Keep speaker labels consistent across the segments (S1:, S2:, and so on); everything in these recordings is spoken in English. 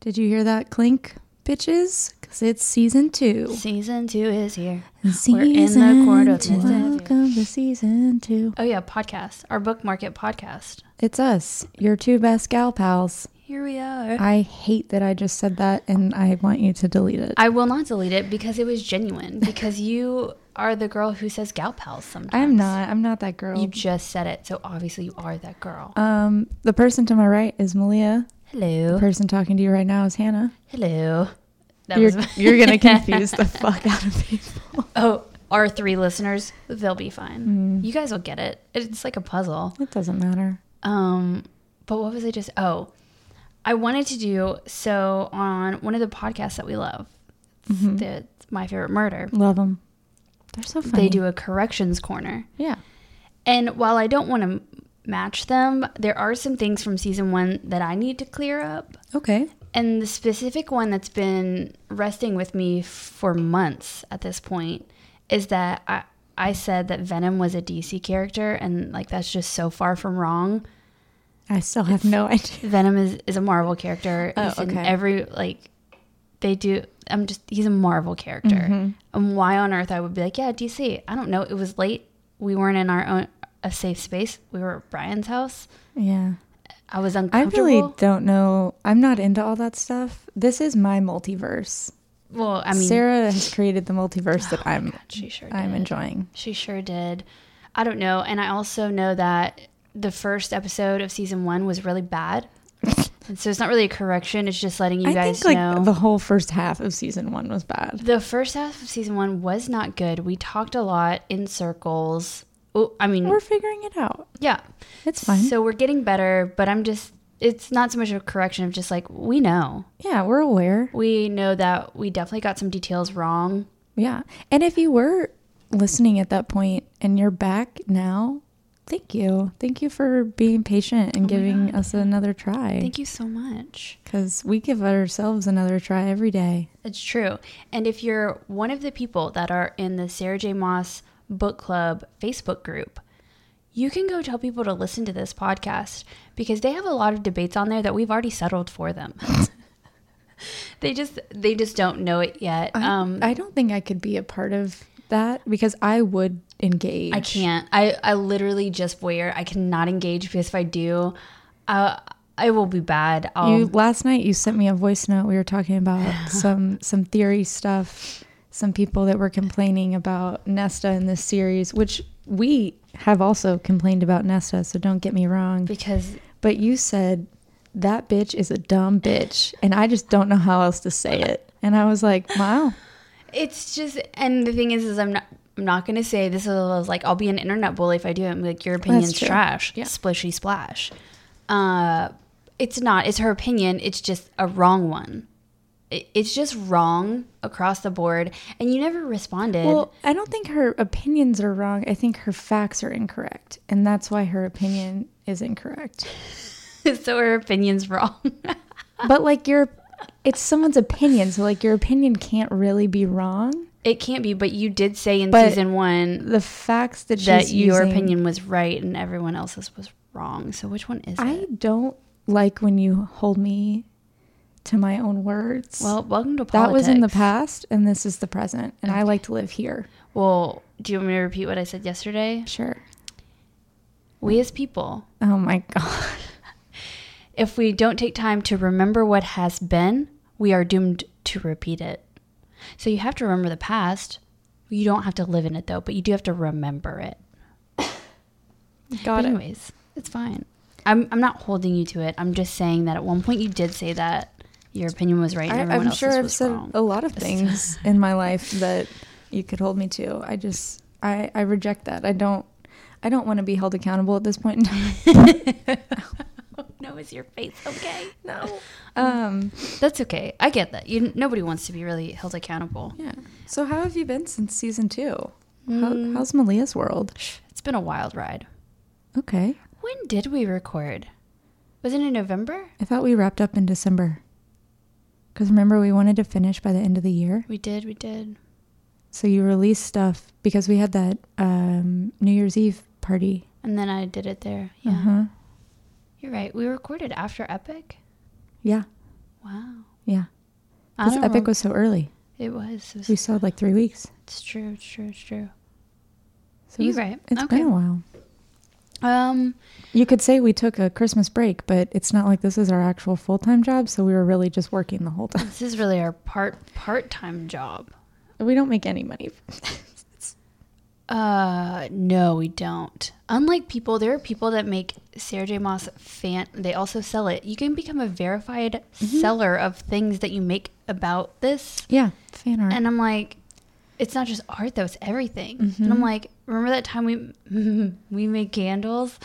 S1: Did you hear that clink, bitches? Because it's season two.
S2: Season two is here.
S1: And
S2: We're in the
S1: season
S2: court of
S1: two.
S2: mischief.
S1: Welcome to season two.
S2: Oh yeah, podcast. Our book market podcast.
S1: It's us, your two best gal pals.
S2: Here we are.
S1: I hate that I just said that and I want you to delete it. I,
S2: I will not delete it because it was genuine. Because you are the girl who says gal pals sometimes.
S1: am not. I'm not that girl.
S2: You just said it, so obviously you are that girl.
S1: um, the person to my right is Malia. The
S2: Hello.
S1: person talking to you right now is Hannah.
S2: Hello. That
S1: You're,
S2: was
S1: you're gonna confuse the fuck out of people.
S2: Oh, our three listeners, they'll be fine. You guys will get it. It's like a puzzle.
S1: Mm. It doesn't matter.
S2: Um, but what was I just? Oh, I wanted to do so on one of the podcasts that we love, the My Favorite Murder.
S1: Mm-hmm. Love them. They're so funny.
S2: They do a corrections corner,
S1: Yeah.
S2: and while I don't want to match them, there are some things from season one that I need to clear up.
S1: Okay.
S2: And the specific one that's been resting with me for months at this point is that I, I said that Venom was a DC character, and like that's just so far from wrong.
S1: I still have no idea.
S2: Venom is, is a Marvel character.
S1: Oh,
S2: He's in
S1: okay.
S2: every like they do I'm just he's a Marvel character.
S1: Mm-hmm.
S2: And why on earth I would be like, Yeah, DC. I don't know. It was late. We weren't in our own a safe space. We were at Brian's house.
S1: Yeah.
S2: I was
S1: I
S2: uncomfortable.
S1: really don't know. I'm not into all that stuff. This is my multiverse.
S2: well, I mean
S1: Sarah has created the multiverse that I'm
S2: she sure
S1: I'm
S2: did.
S1: enjoying.
S2: She sure did. I don't know. And I also know that the first episode of season one was really bad. and so it's not really a correction, it's just letting you
S1: I
S2: guys
S1: think like
S2: know.
S1: the whole first half of season one was bad.
S2: The first half of season one was not good. We talked a lot in circles. Oh, I mean,
S1: We're figuring it out.
S2: yeah.
S1: It's fine.
S2: So we're getting better, but I'm just, it's not so much of a correction of just like, we know.
S1: yeah, we're aware.
S2: We know that we definitely got some details wrong.
S1: Yeah. And if you were listening at that point and you're back now, thank you. Thank you for being patient and giving us another try.
S2: Oh Thank you so much.
S1: Because we give ourselves another try every day.
S2: It's true. And if you're one of the people that are in the Sarah J. Moss Book Club Facebook group, you can go tell people to listen to this podcast because they have a lot of debates on there that we've already settled for them. they just they just don't know it yet. um
S1: I don't think I could be a part of that because I would engage.
S2: I can't. I I literally just voyeur. I cannot engage because if I do, uh, I will be bad. um, I'll
S1: You last night you sent me a voice note. We were talking about some some theory stuff, some people that were complaining about Nesta in this series, which we have also complained about Nesta, so don't get me wrong.
S2: because
S1: But you said that bitch is a dumb bitch, and I just don't know how else to say it. And I was like, wow,
S2: It's just, and the thing is, is I'm not. I'm not gonna say this is like I'll be an internet bully if I do it. I'm like your opinion's
S1: true.
S2: trash,
S1: Yeah.
S2: splishy splash. Uh, it's not. It's her opinion. It's just a wrong one. It, it's just wrong across the board, and you never responded.
S1: Well, I don't think her opinions are wrong. I think her facts are incorrect, and that's why her opinion is incorrect.
S2: so her opinion's wrong.
S1: But like your, it's someone's opinion, so like your opinion can't really be wrong.
S2: it can't be. But you did say in
S1: But
S2: season one
S1: The facts that she's
S2: that your
S1: using-
S2: opinion was right and everyone else's was wrong. So which one is it?
S1: I don't like when you hold me to my own words.
S2: Well, welcome to
S1: that
S2: politics.
S1: was in the past, and this is the present, and I like to live here.
S2: Well, do you want me to repeat what I said yesterday?
S1: Sure.
S2: We as people,
S1: Oh my god.
S2: if we don't take time to remember what has been, we are doomed to repeat it. So you have to remember the past. You don't have to live in it though, but you do have to remember it.
S1: Got
S2: But anyways, it's fine. I'm I'm not holding you to it. I'm just saying that at one point you did say that your opinion was right and
S1: I,
S2: everyone
S1: I'm
S2: else's
S1: sure I've
S2: was
S1: said oh.
S2: wrong.
S1: a lot of things in my life that you could hold me to. I just I, I reject that. I don't I don't want to be held accountable at this point in time.
S2: No, is your face okay?
S1: no. Um
S2: That's okay. I get that. You nobody wants to be really held accountable.
S1: yeah. So how have you been since season two?
S2: Mm.
S1: How, how's Malia's world?
S2: It's been a wild ride.
S1: Okay.
S2: When did we record? Was it in November?
S1: I thought we wrapped up in December. Because remember we wanted to finish by the end of the year.
S2: We did, we did.
S1: So you released stuff because we had that um, New Year's Eve party.
S2: And then I did it there. Yeah.
S1: Uh-huh.
S2: You're right. We recorded after Epic.
S1: Yeah.
S2: Wow.
S1: Yeah.
S2: I
S1: Because
S2: don't
S1: Epic
S2: remember.
S1: was so early.
S2: It was. It was
S1: We sold like three weeks.
S2: it's true. It's true. It's true.
S1: So
S2: You're
S1: it's-
S2: right.
S1: It's
S2: Okay.
S1: been a while.
S2: Um.
S1: You could say we took a Christmas break, but it's not like this is our actual full time job. So we were really just working the whole time.
S2: This is really our part part time job.
S1: We don't make any money.
S2: Uh, no, we don't. Unlike people, there are people that make Sarah J. Moss fan. They also sell it. You can become a verified
S1: Mm-hmm.
S2: seller of things that you make about this.
S1: yeah. Fan art.
S2: And I'm like, it's not just art though; it's everything. And
S1: Mm-hmm.
S2: I'm like, remember that time we we made candles,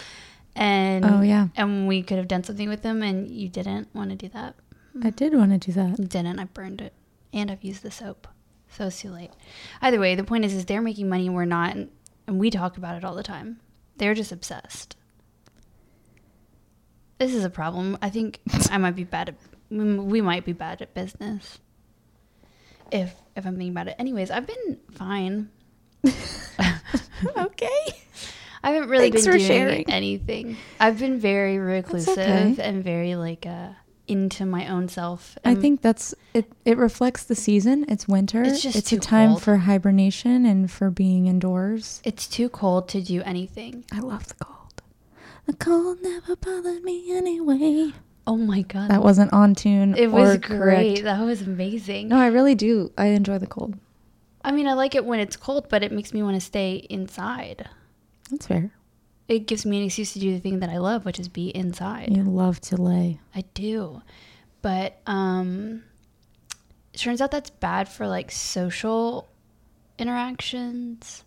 S2: and
S1: Oh, yeah.
S2: and we could have done something with them, and you didn't want to do that.
S1: I did want to do that.
S2: Didn't I burned it, and I've used the soap, so it's too late. Either way, the point is, is they're making money, and we're not, and, and we talk about it all the time. They're just obsessed. This is a problem. I think I might be bad at. We we might be bad at business. If if I'm thinking about it, anyways, I've been fine.
S1: okay.
S2: I haven't really
S1: Thanks
S2: been
S1: for
S2: doing
S1: sharing.
S2: anything. I've been very reclusive
S1: okay.
S2: and very like uh, into my own self.
S1: I
S2: and-
S1: think that's it. It reflects the season. It's winter.
S2: Um, It's just
S1: it's
S2: too
S1: a time
S2: cold.
S1: for hibernation and for being indoors.
S2: It's too cold to do anything.
S1: I love the cold. The cold never bothered me anyway.
S2: Oh my god.
S1: That wasn't on tune.
S2: it
S1: or
S2: was great.
S1: correct.
S2: That was amazing.
S1: No, I really do. I enjoy the cold.
S2: I mean, I like it when it's cold, but it makes me want to stay inside.
S1: That's fair.
S2: It gives me an excuse to do the thing that I love, which is be inside.
S1: You love to lay.
S2: I do. But um it turns out that's bad for like social interactions,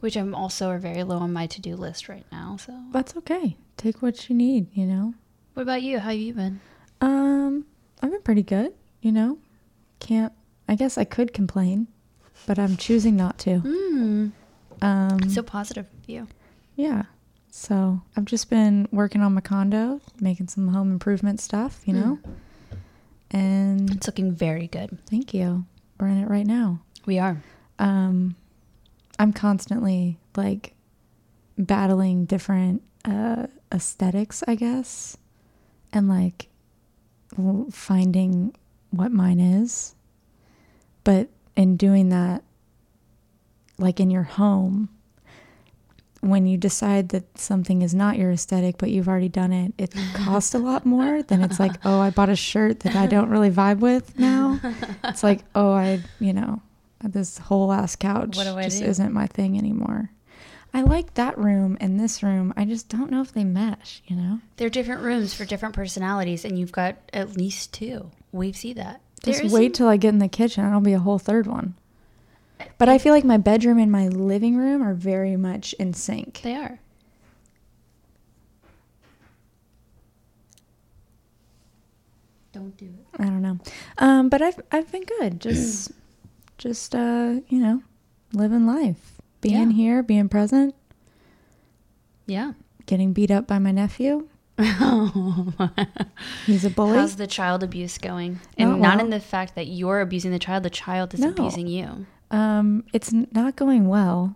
S2: which I'm also are very low on my to-do list right now. So,
S1: That's okay. Take what you need, you know?
S2: what about you? How have you been?
S1: Um, I've been pretty good, you know? Can't, I guess I could complain, but I'm choosing not to.
S2: Mm,
S1: Um,
S2: so positive of you.
S1: yeah. So I've just been working on my condo, making some home improvement stuff, you know? And
S2: It's looking very good.
S1: thank you. We're in it right now.
S2: We are.
S1: um i'm constantly like battling different uh aesthetics i guess and like l- finding what mine is but in doing that like in your home when you decide that something is not your aesthetic but you've already done it it costs a lot more than it's like oh i bought a shirt that i don't really vibe with now it's like oh i you know this whole ass couch
S2: What do I
S1: just
S2: do?
S1: isn't my thing anymore i like that room and this room i just don't know if they mesh you know
S2: They're different rooms for different personalities, and you've got at least two. We see that.
S1: just
S2: There is
S1: wait
S2: some-
S1: till i get in the kitchen it'll be a whole third one but i feel like my bedroom and my living room are very much in sync
S2: they are. Don't do it.
S1: I don't know. Um, but I've I've been good. Just just uh, you know, living life. Being
S2: Yeah.
S1: here, being present,
S2: Yeah.
S1: getting beat up by my nephew. Oh He's a bully.
S2: How's the child abuse going? And
S1: Not
S2: not
S1: well.
S2: in the fact that you're abusing the child, the child is
S1: No.
S2: abusing you.
S1: um, it's n- not going well.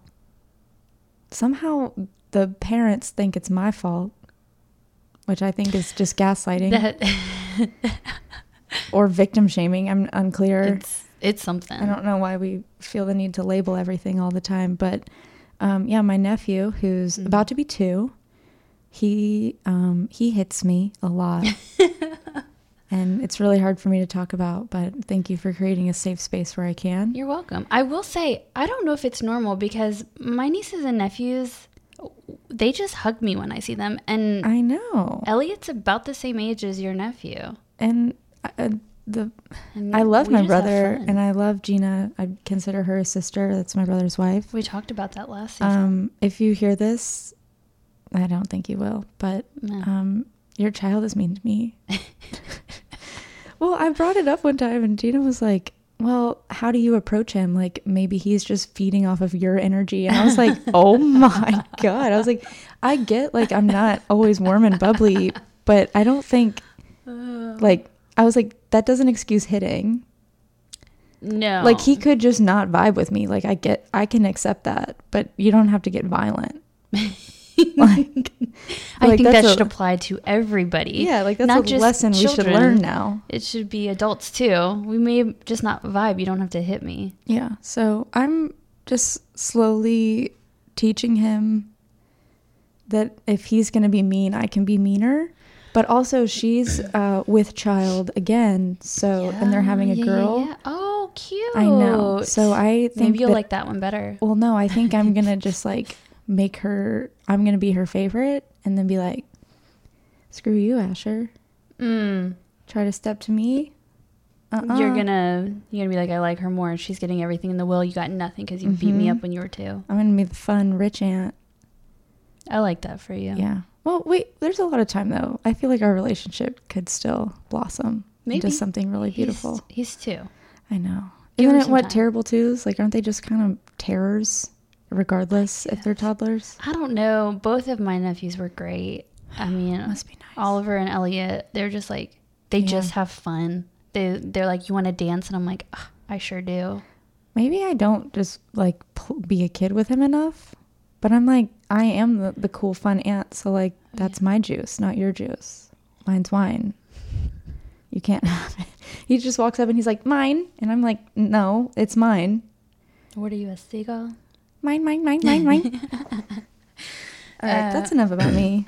S1: Somehow the parents think it's my fault, which I think is just gaslighting
S2: That
S1: or victim shaming. I'm unclear.
S2: it's it's something.
S1: I don't know why we feel the need to label everything all the time, but um, yeah, my nephew, who's
S2: Mm-hmm.
S1: about to be two, he um, he hits me a lot, and it's really hard for me to talk about. But thank you for creating a safe space where I can.
S2: You're welcome. I will say, I don't know if it's normal because my nieces and nephews, they just hug me when I see them. And
S1: I know,
S2: Elliot's about the same age as your nephew.
S1: and uh, the
S2: And
S1: I love
S2: we
S1: my
S2: just have
S1: brother,
S2: fun.
S1: and I love Gina. I consider her a sister. That's my brother's wife.
S2: we talked about that last season.
S1: Um, if you hear this, I don't think you will, but
S2: No.
S1: um, your child is mean to me. well, I brought it up one time, and Gina was like, well, how do you approach him? Like, maybe he's just feeding off of your energy. And I was like, oh my God. I was like, I get like I'm not always warm and bubbly, but I don't think,
S2: Uh.
S1: like, I was like, that doesn't excuse hitting.
S2: no,
S1: Like, he could just not vibe with me. Like, I get, I can accept that, but you don't have to get violent. like,
S2: I
S1: like,
S2: think that
S1: that's a-
S2: should apply to everybody.
S1: yeah, like that's
S2: not
S1: a
S2: just
S1: lesson we should
S2: children.
S1: learn now.
S2: It should be adults too. We may just not vibe. You don't have to hit me.
S1: Yeah. So I'm just slowly teaching him that if he's going to be mean, I can be meaner. But also, she's uh, with child again. So, and they're having
S2: Yeah,
S1: a
S2: yeah,
S1: girl.
S2: yeah. Oh, cute.
S1: I know. So I think
S2: maybe you'll
S1: that-
S2: like that one better.
S1: Well, no, I think I'm gonna just like make her. I'm gonna be her favorite, and then be like, "Screw you, Asher.
S2: Mm.
S1: Try to step to me." Uh-uh.
S2: You're gonna you're gonna be like I like her more. She's getting everything in the will. You got nothing because you beat me
S1: Mhm.
S2: up when you were two.
S1: I'm gonna be the fun rich aunt.
S2: I like that for you.
S1: Yeah. Well, wait. There's a lot of time though. I feel like our relationship could still blossom
S2: Maybe.
S1: into something really
S2: He's-
S1: beautiful.
S2: He's, two.
S1: I know.
S2: Give
S1: Isn't
S2: her
S1: it
S2: some
S1: what
S2: time.
S1: terrible twos? Like, aren't they just kind of terrors, regardless if they're toddlers?
S2: I don't know. Both of my nephews were great. I mean,
S1: Must be nice.
S2: Oliver and Elliot, they're just like they
S1: Yeah.
S2: just have fun. They they're like you want to dance and I'm like "Ugh, I sure do.
S1: maybe I don't just like pl- be a kid with him enough, but I'm like, I am the, the cool, fun aunt. So, like,
S2: Oh,
S1: that's my juice, not your juice. Mine's wine. You can't have it. He just walks up and he's like, mine. And I'm like, no, it's mine.
S2: What are you a seagull?
S1: Mine, mine, mine, mine, mine. All right,
S2: Uh,
S1: that's enough about me.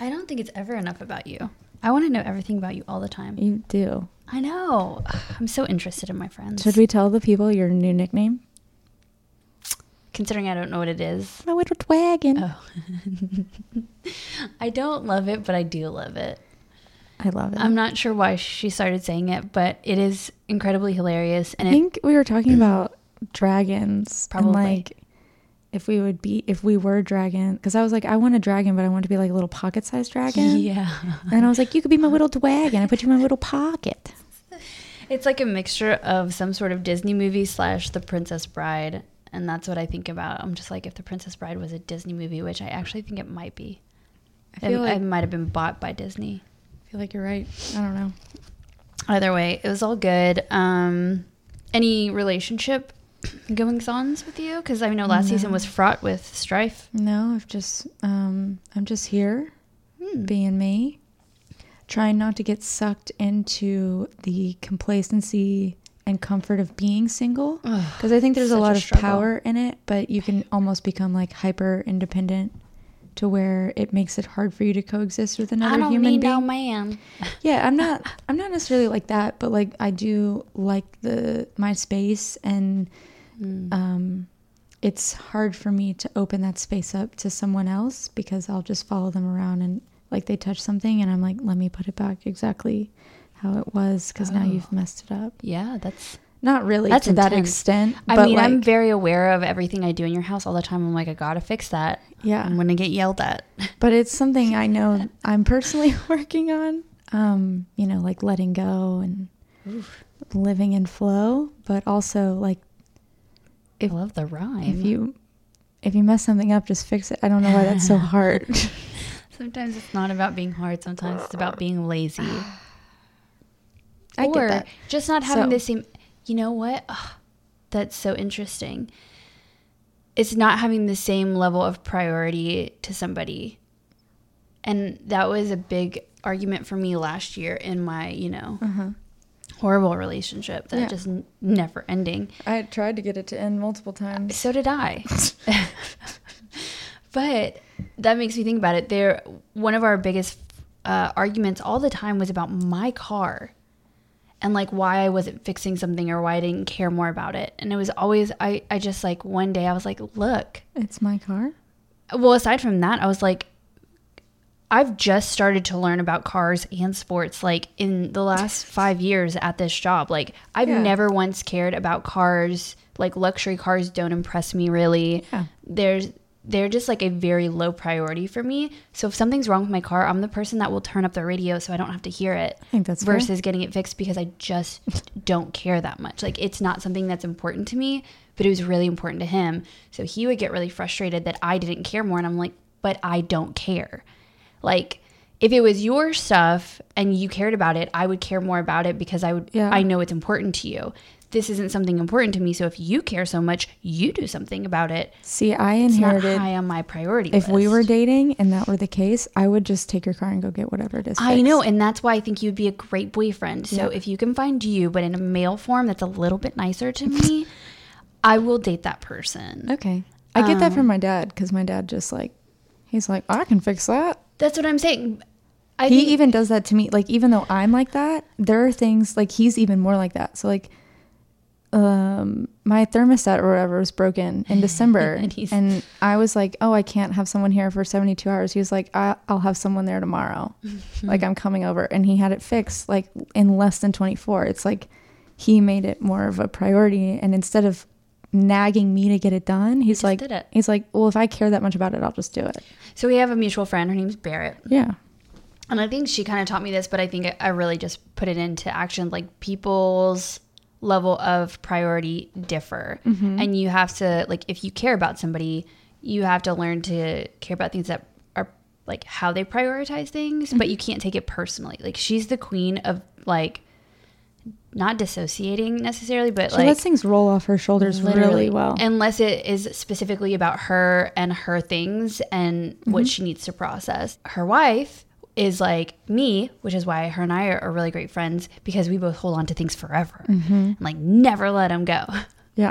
S2: I don't think it's ever enough about you. I want to know everything about you all the time.
S1: You do.
S2: I know. Ugh, I'm so interested in my friends.
S1: Should we tell the people your new nickname?
S2: Considering I don't know what it is.
S1: My little wagon.
S2: Oh. I don't love it, but I do love it.
S1: I love it.
S2: I'm not sure why she started saying it, but it is incredibly hilarious and
S1: I
S2: it
S1: think we were talking about dragons.
S2: Probably.
S1: And like if we would be if we were dragon because I was like, I want a dragon, but I want to be like a little pocket sized dragon.
S2: yeah.
S1: And I was like, You could be my little dragon. I put you in my little pocket.
S2: It's like a mixture of some sort of Disney movie slash The Princess Bride, and that's what I think about. I'm just like, if The Princess Bride was a Disney movie, which I actually think it might be,
S1: I
S2: it,
S1: feel like
S2: it might have been bought by Disney.
S1: I feel like you're right. I don't know.
S2: Either way, it was all good. Um, any relationship goings ons with you? Because I know last season was fraught with strife.
S1: No, I've just um I'm just here
S2: Hmm.
S1: being me. Trying not to get sucked into the complacency and comfort of being single.
S2: Ugh,
S1: Because I think there's a
S2: Such a
S1: lot of
S2: struggle.
S1: power in it, but you can almost become like hyper independent to where it makes it hard for you to coexist with another
S2: I don't
S1: human
S2: need
S1: being.
S2: no uh, man.
S1: yeah, I'm not I'm not necessarily like that, but like I do like the my space and
S2: Hmm.
S1: um it's hard for me to open that space up to someone else because I'll just follow them around and like they touch something and I'm like, let me put it back exactly how it was because now you've messed it up.
S2: Yeah, that's.
S1: Not really
S2: Oh. That's
S1: to that
S2: intense.
S1: extent.
S2: I
S1: but
S2: mean, I'm
S1: like-
S2: very aware of everything I do in your house all the time. I'm like, I gotta fix that.
S1: yeah.
S2: I'm gonna get yelled at.
S1: but it's something I know I'm personally working on. Um, you know, like letting go and living in flow, but also like If-
S2: I love the rhyme.
S1: if you if you mess something up, just fix it. I don't know why that's so hard.
S2: sometimes it's not about being hard. Sometimes it's about being lazy.
S1: I
S2: or
S1: get that.
S2: just not having
S1: So-
S2: the same. You know what? Ugh, that's so interesting. It's not having the same level of priority to somebody, and that was a big argument for me last year in my you know
S1: Uh-huh.
S2: horrible relationship that
S1: Yeah.
S2: just n- never ending.
S1: I tried to get it to end multiple times.
S2: So did I. but that makes me think about it. There, one of our biggest uh, arguments all the time was about my car, and like why I wasn't fixing something or why I didn't care more about it. And it was always I. I just like one day I was like, look.
S1: It's my car.
S2: Well, aside from that, I was like. I've just started to learn about cars and sports like in the last five years at this job. Like, I've
S1: Yeah.
S2: never once cared about cars. Like, luxury cars don't impress me really
S1: Yeah.
S2: there's they're just like a very low priority for me. So if something's wrong with my car, I'm the person that will turn up the radio so I don't have to hear it.
S1: I think that's fair.
S2: versus getting it fixed because I just don't care that much. Like it's not something that's important to me, but it was really important to him. So he would get really frustrated that I didn't care more and I'm like, "But I don't care." Like if it was your stuff and you cared about it, I would care more about it because I would
S1: Yeah.
S2: I know it's important to you. This isn't something important to me, so if you care so much, you do something about it.
S1: See, I
S2: It's not
S1: inherited.
S2: high on my priority
S1: If we were
S2: list.
S1: dating and that were the case, I would just take your car and go get whatever it is.
S2: I
S1: fixed.
S2: know, and that's why I think you'd be a great boyfriend. So
S1: Yeah.
S2: if you can find you, but in a male form that's a little bit nicer to me, I will date that person.
S1: Okay. I get that from my dad because my dad just like, he's like, I can fix that.
S2: That's what I'm saying. I
S1: he
S2: think-
S1: even does that to me. Like, even though I'm like that, there are things like he's even more like that. So, like, um, my thermostat or whatever was broken in December,
S2: And
S1: and,
S2: he's-
S1: I was like, "Oh, I can't have someone here for 72 hours." He was like, I- "I'll have someone there tomorrow." like, I'm coming over, and he had it fixed like in less than 24. It's like he made it more of a priority, and instead of nagging me to get it done, he's
S2: just
S1: like,
S2: did it.
S1: "He's like, well, if I care that much about it, I'll just do it."
S2: So we have a mutual friend. Her name's Barrett.
S1: Yeah,
S2: And I think she kind of taught me this, but I think I- I really just put it into action. Like people's level of priority differ.
S1: Mm-hmm.
S2: And you have to, like, if you care about somebody, you have to learn to care about things that are like how they prioritize things, but you can't take it personally. Like, she's the queen of like not dissociating necessarily, but
S1: she
S2: like
S1: lets things roll off her shoulders really well.
S2: Unless it is specifically about her and her things and
S1: Mm-hmm.
S2: what she needs to process. Her wife is like me, which is why her and I are, are really great friends because we both hold on to things forever
S1: Mm-hmm.
S2: and like never let them go.
S1: yeah.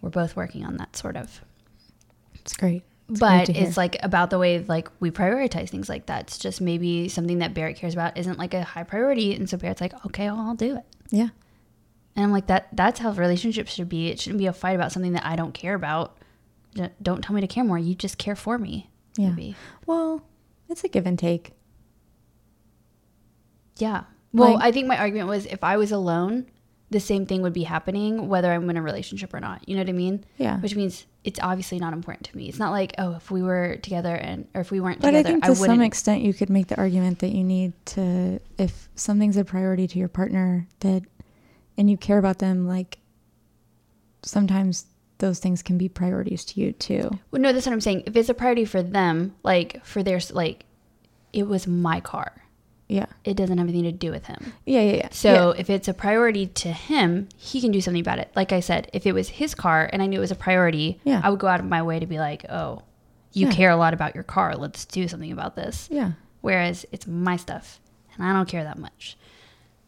S2: We're both working on that sort of.
S1: It's great.
S2: but
S1: to hear.
S2: it's like about the way like we prioritize things like that. It's just maybe something that Barrett cares about isn't like a high priority, and so Barrett's like, okay, well, I'll do it.
S1: Yeah.
S2: And I'm like that. That's how relationships should be. It shouldn't be a fight about something that I don't care about. D- Don't tell me to care more. You just care for me.
S1: Yeah.
S2: Maybe.
S1: Well, it's a give and take.
S2: Yeah. Well,
S1: Like-
S2: I think my argument was if I was alone, the same thing would be happening whether I'm in a relationship or not. You know what I mean?
S1: Yeah.
S2: Which means it's obviously not important to me. It's not like oh, if we were together and or if we weren't
S1: But I
S2: together,
S1: think
S2: I,
S1: to
S2: wouldn't.
S1: some extent you could make the argument that you need to if something's a priority to your partner that and you care about them like sometimes those things can be priorities to you too.
S2: Well, no, that's what I'm saying. If it's a priority for them, like for their s- like, it was my car.
S1: Yeah.
S2: It doesn't have anything to do with him.
S1: Yeah, yeah, yeah. Yeah.
S2: So if it's a priority to him, he can do something about it. Like I said, if it was his car and I knew it was a priority,
S1: Yeah.
S2: I would go out of my way to be like, oh, you
S1: Yeah.
S2: care a lot about your car. Let's do something about this.
S1: yeah.
S2: Whereas it's my stuff and I don't care that much.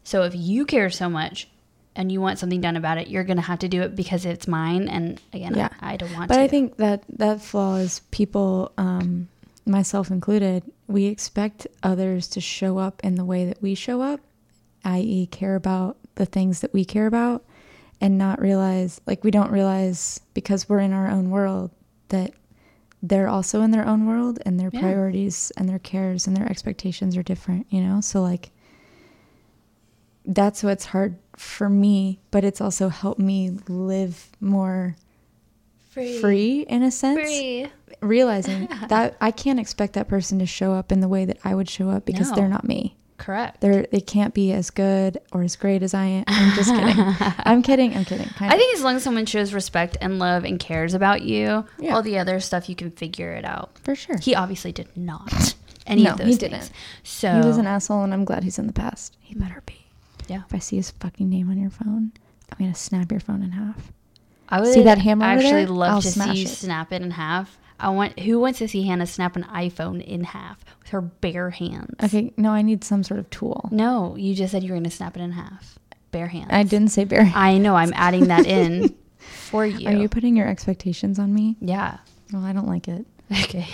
S2: So if you care so much and you want something done about it, you're going to have to do it because it's mine. And again,
S1: Yeah.
S2: I, I don't want
S1: But
S2: to.
S1: I think that that flaw is people, um, myself included, we expect others to show up in the way that we show up, i.e., care about the things that we care about, and not realize, like, we don't realize because we're in our own world that they're also in their own world and their
S2: Yeah.
S1: priorities and their cares and their expectations are different, you know? So, like, that's what's hard for me, but it's also helped me live more
S2: free.
S1: free in a sense
S2: Free.
S1: realizing that i can't expect that person to show up in the way that i would show up because
S2: No.
S1: they're not me
S2: Correct.
S1: they're they can't be as good or as great as i am i'm just kidding i'm kidding i'm kidding kind
S2: I think as long as someone shows respect and love and cares about you,
S1: Yeah.
S2: all the other stuff you can figure it out.
S1: of, for sure he,
S2: He obviously did not. Any
S1: No,
S2: of
S1: he
S2: those
S1: didn't.
S2: things. So
S1: was an asshole and i'm glad he's in the past he better be
S2: Yeah.
S1: if i see his fucking name on your phone i'm gonna snap your phone in half
S2: I would
S1: See that hammer over
S2: actually
S1: there?
S2: love
S1: I'll
S2: to see
S1: smash
S2: you
S1: it.
S2: snap it in half. I want who wants to see Hannah snap an iPhone in half with her bare hands?
S1: okay no i need some sort of tool
S2: No, you just said you were gonna snap it in half. Bare hands.
S1: i didn't say barry
S2: I know, I'm adding that in for you.
S1: are you putting your expectations on me
S2: yeah.
S1: well i don't like it
S2: Okay.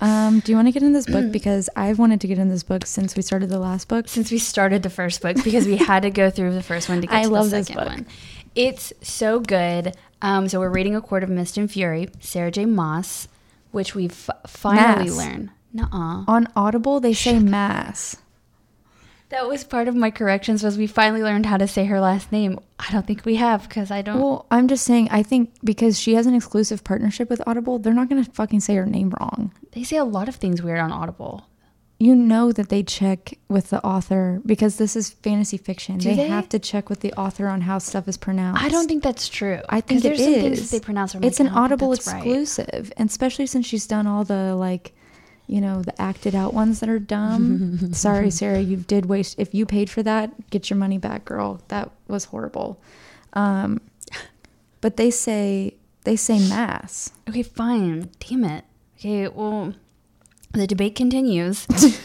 S1: um, do you want to get in this book because i've wanted to get in this book since we started the last book
S2: since we started the first book because we had to go through the first one to get
S1: I
S2: to
S1: love
S2: the
S1: this
S2: second
S1: book.
S2: one. It's so good. Um, so we're reading A Court of Mist and Fury, Sarah J. Moss, which we f- finally
S1: Mass.
S2: learned. Nuh-uh.
S1: on Audible, they say mass.
S2: That was part of my corrections was we finally learned how to say her last name. I don't think we have because I don't.
S1: Well, I'm just saying, I think because she has an exclusive partnership with Audible, they're not going to fucking say her name wrong.
S2: they say a lot of things weird on Audible.
S1: You know that they check with the author because this is fantasy fiction.
S2: Do
S1: They,
S2: they?
S1: have to check with the author on how stuff is pronounced.
S2: I don't think that's true.
S1: I
S2: 'Cause
S1: think it
S2: there's some things
S1: is.
S2: that they pronounce. where I'm
S1: It's
S2: like, "Oh,
S1: an
S2: "I don't think
S1: Audible
S2: that's right."
S1: exclusive, and especially since she's done all the like you know, the acted out ones that are dumb. Sorry, Sarah, you did waste. If you paid for that, get your money back, girl. That was horrible. Um, but they say they say mass.
S2: Okay, fine. Damn it. Okay, well, the debate continues.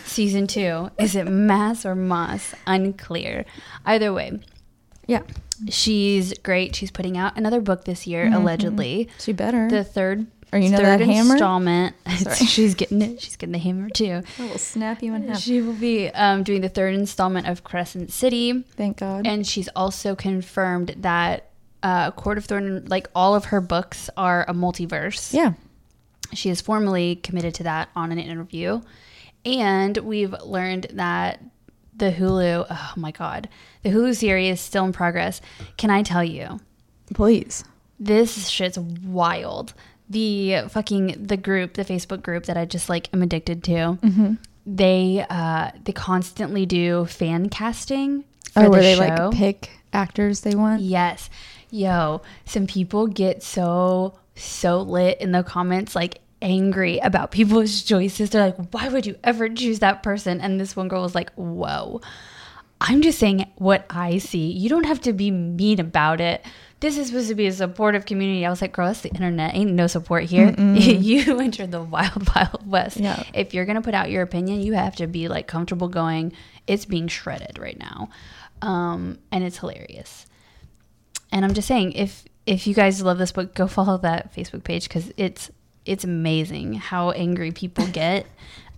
S2: Season two. Is it mass or moss? Unclear. Either way,
S1: Yeah,
S2: she's great. She's putting out another book this year, allegedly.
S1: she better.
S2: The third.
S1: Or Mm-hmm. you know that
S2: third
S1: hammer?
S2: installment.
S1: Sorry.
S2: she's getting it. She's getting the hammer too.
S1: I will snap you in half.
S2: She will be um, doing the third installment of Crescent City.
S1: Thank God.
S2: And she's also confirmed that uh, Court of Thorn, like all of her books, are a multiverse.
S1: yeah,
S2: She is formally committed to that on an interview. And we've learned that the Hulu, oh my God, the Hulu series is still in progress. Can I tell you?
S1: please.
S2: This shit's wild. The fucking the group, the Facebook group that I just like am addicted to.
S1: Mm-hmm.
S2: They uh they constantly do fan casting for
S1: Oh, where
S2: the
S1: they
S2: show.
S1: like pick actors they want.
S2: Yes. Yo, some people get so, so lit in the comments, like angry about people's choices. They're like, why would you ever choose that person? And this one girl was like, whoa. I'm just saying what I see. You don't have to be mean about it. This is supposed to be a supportive community. I was like, girl, that's the internet. Ain't no support here. you entered the wild, wild west.
S1: Yeah.
S2: If you're going to put out your opinion, you have to be like comfortable going, it's being shredded right now. Um, and it's hilarious. And I'm just saying, if if you guys love this book, go follow that Facebook page because it's it's amazing how angry people get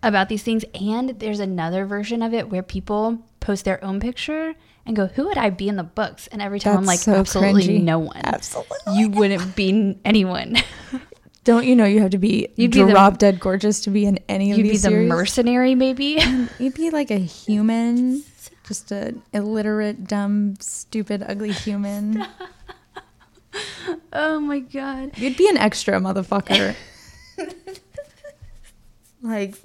S2: about these things. And there's another version of it where people post their own picture and go, "Who would I be in the books?" And every time I'm like,
S1: That's so
S2: "Absolutely
S1: cringy.
S2: no one.
S1: Absolutely.
S2: You wouldn't be n- anyone.
S1: Don't you know you have to be
S2: You'd be the-
S1: drop dead gorgeous to be in any of
S2: You'd be
S1: these
S2: the
S1: series?
S2: mercenary, maybe."
S1: You'd be like a human, just an illiterate, dumb, stupid, ugly human.
S2: oh my god.
S1: You'd be an extra motherfucker. like,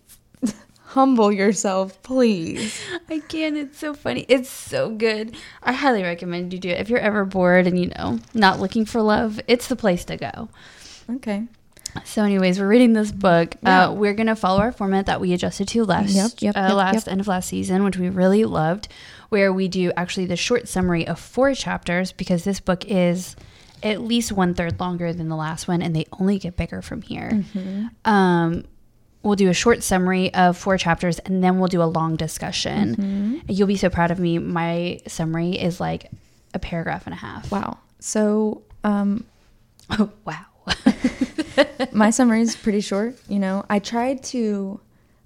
S1: humble yourself, please.
S2: I can. It's so funny. It's so good. I highly recommend you do it. If you're ever bored and, you know, not looking for love, it's the place to go.
S1: Okay.
S2: So, anyways, we're reading this book.
S1: Yeah.
S2: Uh, we're going to follow our format that we adjusted to last,
S1: Yep, yep,
S2: uh,
S1: yep,
S2: last
S1: yep.
S2: end of last season, which we really loved, where we do actually the short summary of four chapters because this book is at least one third longer than the last one and they only get bigger from here.
S1: Mm-hmm.
S2: Um, we'll do a short summary of four chapters and then we'll do a long discussion.
S1: Mm-hmm.
S2: You'll be so proud of me. My summary is like a paragraph and a half.
S1: Wow. So, um,
S2: wow.
S1: my summary is pretty short. You know, I tried to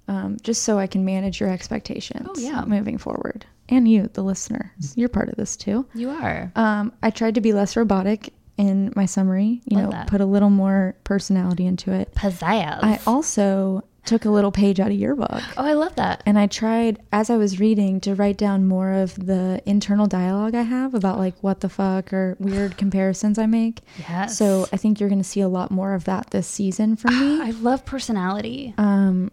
S1: um, just so I can manage your expectations.
S2: Oh, yeah.
S1: Moving forward, and you, the listener, you're part of this too.
S2: You are.
S1: Um, I tried to be less robotic in my summary. You
S2: Love
S1: know,
S2: that.
S1: put a little more personality into it.
S2: Pizzazz.
S1: I also took a little page out of your book.
S2: oh, I love that.
S1: And I tried, as I was reading, to write down more of the internal dialogue I have about like what the fuck or weird comparisons I make.
S2: Yes.
S1: So I think you're going to see a lot more of that this season from me.
S2: I love personality.
S1: Um,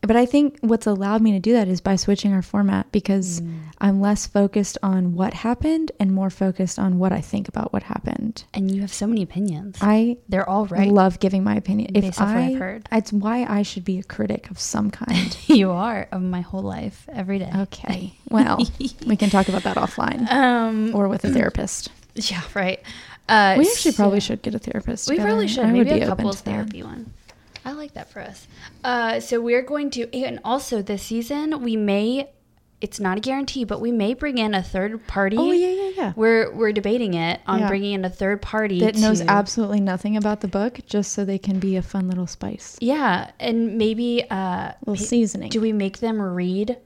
S1: but I think what's allowed me to do that is by switching our format because
S2: Mm.
S1: I'm less focused on what happened and more focused on what I think about what happened.
S2: and you have so many opinions.
S1: I
S2: They're all right.
S1: love giving my opinion. If
S2: Based off what
S1: I,
S2: I've heard.
S1: it's why I should be a critic of some kind.
S2: you are of my whole life, every day.
S1: Okay. Well, we can talk about that offline
S2: Um.
S1: or with a therapist.
S2: Yeah. Right. Uh,
S1: We actually
S2: so-
S1: probably should get a therapist.
S2: We
S1: together.
S2: probably should.
S1: I would be
S2: Maybe a
S1: open
S2: couples
S1: to that.
S2: therapy one. I like that for us. Uh, so we're going to, and also this season we may. It's not a guarantee, but we may bring in a third party.
S1: Oh yeah, yeah, yeah.
S2: We're we're debating it on
S1: Yeah.
S2: bringing in a third party
S1: That knows
S2: to-
S1: absolutely nothing about the book, just so they can be a fun little spice,
S2: Yeah, and maybe uh,
S1: little seasoning.
S2: Do we make them read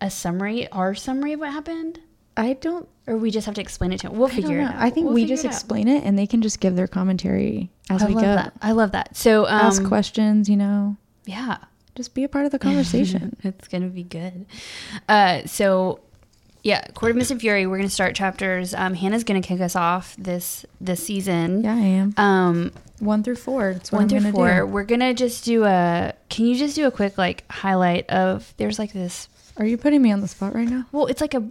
S2: a summary, our summary of what happened?
S1: I don't.
S2: Or we just have to explain it to them? We'll
S1: I, don't
S2: figure it
S1: know.
S2: out.
S1: I think
S2: We'll
S1: we
S2: figure
S1: just
S2: it out.
S1: explain it, and they can just give their commentary as
S2: I
S1: we
S2: love
S1: go.
S2: that. I love that. So, um,
S1: Ask questions, you know.
S2: yeah,
S1: Just be a part of the conversation.
S2: it's going to be good. Uh, so, yeah, Court of Mist and Fury, we're going to start chapters. Um, Hannah's going to kick us off this this season.
S1: yeah, I am.
S2: Um,
S1: One through four. That's what
S2: one
S1: I'm
S2: through
S1: gonna do.
S2: four. We're going to just do a. Can you just do a quick, like, highlight of. There's like this
S1: Are you putting me on the spot right now?
S2: Well, it's like a,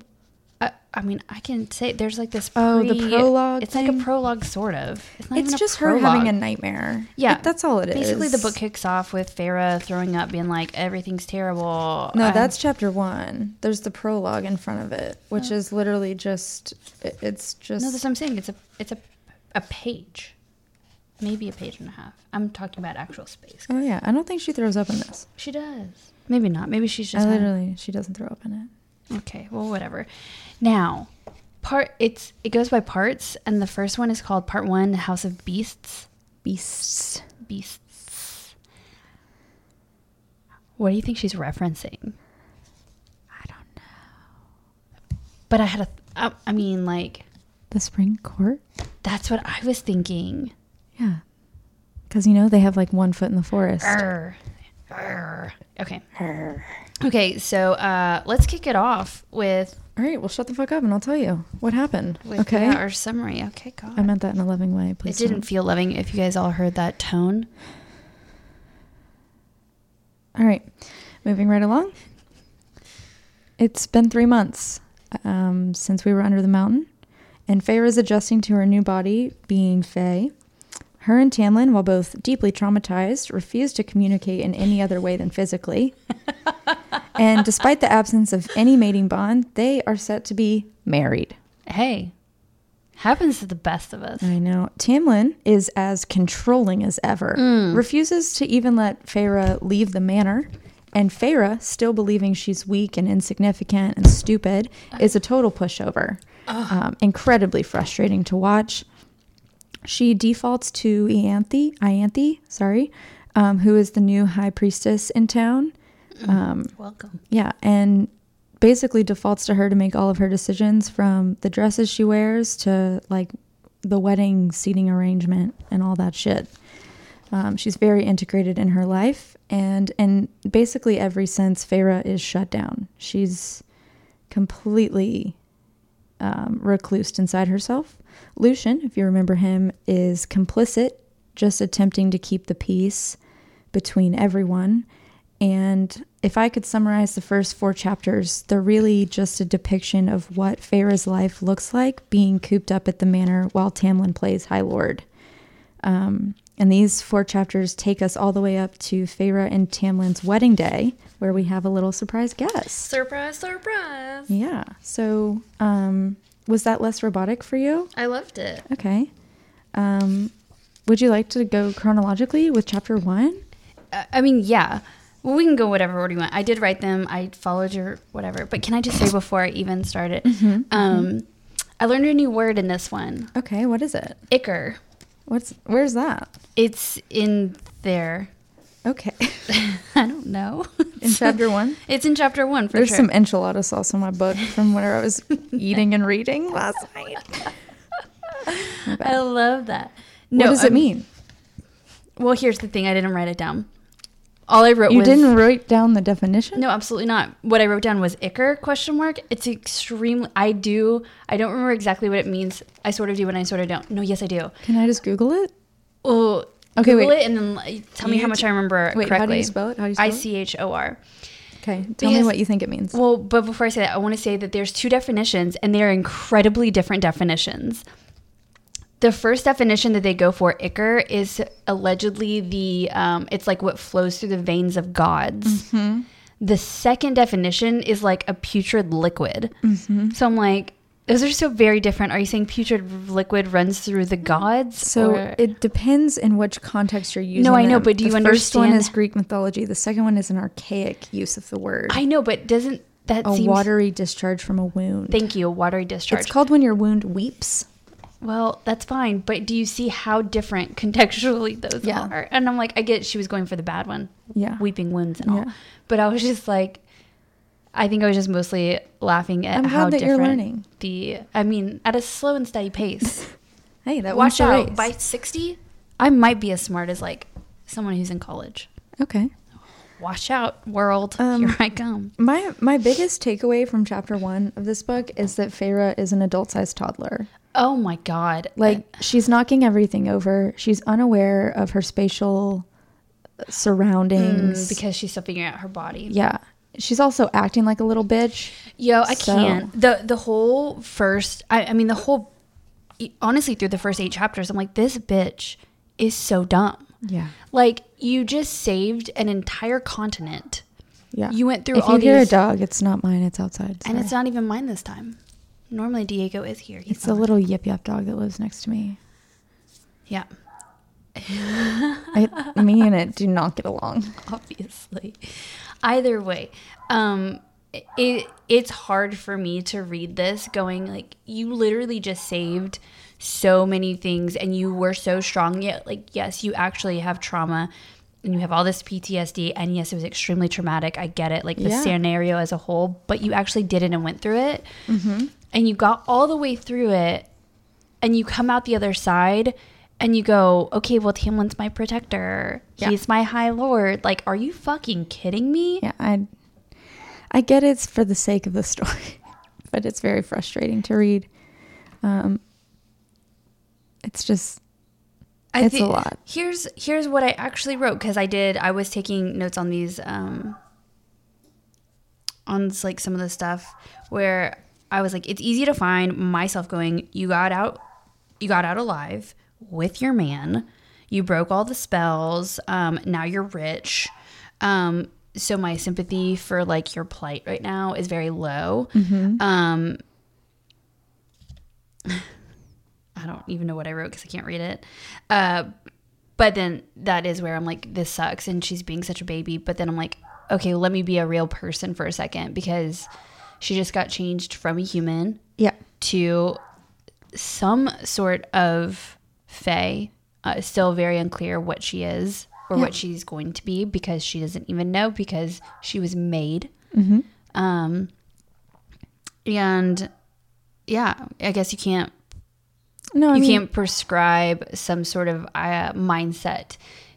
S2: a I mean, I can say there's like this.
S1: Oh, the
S2: pre-
S1: prologue
S2: It's like a
S1: thing?
S2: prologue, sort of. It's not
S1: It's
S2: even a
S1: just her having a
S2: prologue.
S1: nightmare.
S2: Yeah,
S1: Like, that's all it is.
S2: Basically, the book kicks off with Farah throwing up, being like, "Everything's terrible."
S1: No,
S2: I'm-
S1: that's chapter one. There's the prologue in front of it, which is literally just. it- It's just.
S2: Oh. no. That's what I'm saying. It's a it's a a page, maybe a page and a half. I'm talking about actual space.
S1: oh yeah, I don't think she throws up in this.
S2: She does. Maybe not. Maybe she's
S1: I
S2: just had-
S1: literally, she doesn't throw up in it.
S2: Okay, well, whatever. Now, part it's it goes by parts, and the first one is called Part One: House of Beasts.
S1: Beasts.
S2: Beasts. What do you think she's referencing?
S1: I don't know.
S2: But I had a, I, I mean, like
S1: The spring court.
S2: that's what I was thinking.
S1: Yeah. Because you know they have like one foot in the forest.
S2: Arr. Arr. Okay. Okay, so uh, let's kick it off with,
S1: All right, well shut the fuck up and I'll tell you what happened.
S2: with
S1: okay.
S2: yeah, our summary. Okay, God.
S1: I meant that in a loving way.
S2: it
S1: Please.
S2: didn't
S1: don't.
S2: feel loving if you guys all heard that tone.
S1: All right, moving right along. It's been three months um, since we were under the mountain, and Feyre is adjusting to her new body, being Faye. Her and Tamlin, while both deeply traumatized, refuse to communicate in any other way than physically. and despite the absence of any mating bond, they are set to be married.
S2: Hey, happens to the best of us.
S1: I know. Tamlin is as controlling as ever, refuses to even let Feyre leave the manor. And Feyre, still believing she's weak and insignificant and stupid, is a total pushover. Um, incredibly frustrating to watch. She defaults to Ianthe, Ianthe, sorry, um, who is the new high priestess in town. Um,
S2: Welcome.
S1: Yeah, and basically defaults to her to make all of her decisions from the dresses she wears to like the wedding seating arrangement and all that shit. Um, she's very integrated in her life, and and basically every sense, Feyre is shut down. She's completely um, reclused inside herself. Lucian, if you remember him, is complicit, just attempting to keep the peace between everyone. And if I could summarize the first four chapters, they're really just a depiction of what Feyre's life looks like being cooped up at the manor while Tamlin plays High Lord. Um, and these four chapters take us all the way up to Feyre and Tamlin's wedding day, where we have a little surprise guest.
S2: Surprise, surprise.
S1: Yeah. So, um, was that less robotic for you?
S2: I loved it.
S1: Okay. Um, would you like to go chronologically with chapter one?
S2: Uh, I I mean, yeah. Well, we can go whatever order you want. I did write them. I followed your whatever. But can I just say before I even started,
S1: Mm-hmm.
S2: um, I learned a new word in this one.
S1: Okay. What is it?
S2: Icker.
S1: What's where's that?
S2: It's in there.
S1: Okay.
S2: I don't know.
S1: In chapter one,
S2: it's in chapter one for
S1: there's
S2: sure.
S1: some enchilada sauce on my book from where I was eating and reading last night.
S2: I love that.
S1: what does it
S2: um,
S1: mean?
S2: Well, here's the thing. I didn't write it down. All I wrote
S1: You
S2: was
S1: didn't write down the definition.
S2: No, absolutely not. What I wrote down was ichor question mark. It's extremely. I do. I don't remember exactly what it means. I sort of do and I sort of don't. No, yes, I do.
S1: Can I just Google it?
S2: Oh,
S1: Okay,
S2: Google
S1: wait.
S2: it and then like, tell me
S1: You
S2: how much I remember
S1: Wait,
S2: correctly.
S1: how do you spell it? How do you spell
S2: I
S1: it?
S2: C H O R.
S1: Okay. Tell me
S2: Because-
S1: what you think it means.
S2: Well, but before I say that, I want to say that there's two definitions and they are incredibly different definitions. The first definition that they go for, ichor, is allegedly the, um, it's like what flows through the veins of
S1: Mm.
S2: gods.
S1: Hmm?
S2: The second definition is like a putrid liquid.
S1: Mm-hmm.
S2: So I'm like, those are so very different. Are you saying putrid liquid runs through the gods?
S1: So
S2: or-
S1: it depends in which context you're using.
S2: I know,
S1: them.
S2: but do you
S1: the First one
S2: understand-
S1: is Greek mythology. The second one is an archaic use of the word.
S2: I know, but doesn't that
S1: A
S2: seem.
S1: watery discharge from a wound.
S2: Thank you, a watery discharge.
S1: it's called when your wound weeps.
S2: Well, that's fine, but do you see how different contextually those
S1: Yeah.
S2: are? And I'm like, I get she was going for the bad one,
S1: Yeah.
S2: weeping wounds and all,
S1: Yeah.
S2: but I was just like, I think I was just mostly laughing at
S1: I'm
S2: how
S1: glad that
S2: different
S1: you're learning.
S2: the. I mean, at a slow and steady pace.
S1: Hey, that
S2: Watch
S1: one's
S2: out! By sixty, I might be as smart as like someone who's in college.
S1: okay.
S2: Watch out, world!
S1: Um,
S2: Here I come.
S1: My my biggest takeaway from chapter one of this book is that Feyre is an adult sized toddler.
S2: Oh my god!
S1: Like she's knocking everything over. She's unaware of her spatial surroundings.
S2: um, Mm, because she's still figuring out her body.
S1: yeah. She's also acting like a little bitch.
S2: Yo, I
S1: So-
S2: can't. The the whole first I, I mean the whole e, honestly through the first eight chapters, I'm like, this bitch is so dumb.
S1: Yeah.
S2: Like you just saved an entire continent.
S1: Yeah.
S2: You went through
S1: if
S2: all
S1: you hear a
S2: these-
S1: dog, it's not mine, it's outside.
S2: And it's
S1: Sorry.
S2: not even mine this time. Normally Diego is here. He's
S1: it's a
S2: not.
S1: little yip yap dog that lives next to me.
S2: Yeah.
S1: It, me and it do not get along.
S2: obviously. Either way, um, it it's hard for me to read this going like you literally just saved so many things and you were so strong yet like yes you actually have trauma and you have all this PTSD and yes it was extremely traumatic I get it like the
S1: Yeah.
S2: scenario as a whole but you actually did it and went through it and you got all the way through it and you come out the other side and you go, okay, well, Tamlin's my protector.
S1: Yeah.
S2: He's my high lord. Like, are you fucking kidding me?
S1: Yeah, I I get it's for the sake of the story, but it's very frustrating to read. Um, it's just
S2: I
S1: It's
S2: thi-
S1: a lot.
S2: Here's here's what I actually wrote because I did. I was taking notes on these, um, on like some of the stuff where I was like, it's easy to find myself going. You got out, you got out alive with your man. You broke all the spells. Um, now you're rich. Um, so my sympathy for like your plight right now is very low.
S1: Mm-hmm.
S2: Um, I don't even know what I wrote because I can't read it. Uh, but then that is where I'm like, this sucks, and she's being such a baby. But then I'm like, okay, let me be a real person for a second because she just got changed from a human
S1: yeah,
S2: to some sort of fae. Uh, it's still very unclear what she is or what she's going to be because she doesn't even know because she was made.
S1: Mm-hmm.
S2: Um, and yeah, I guess you can't
S1: no, I
S2: you
S1: mean,
S2: can't prescribe some sort of uh, mindset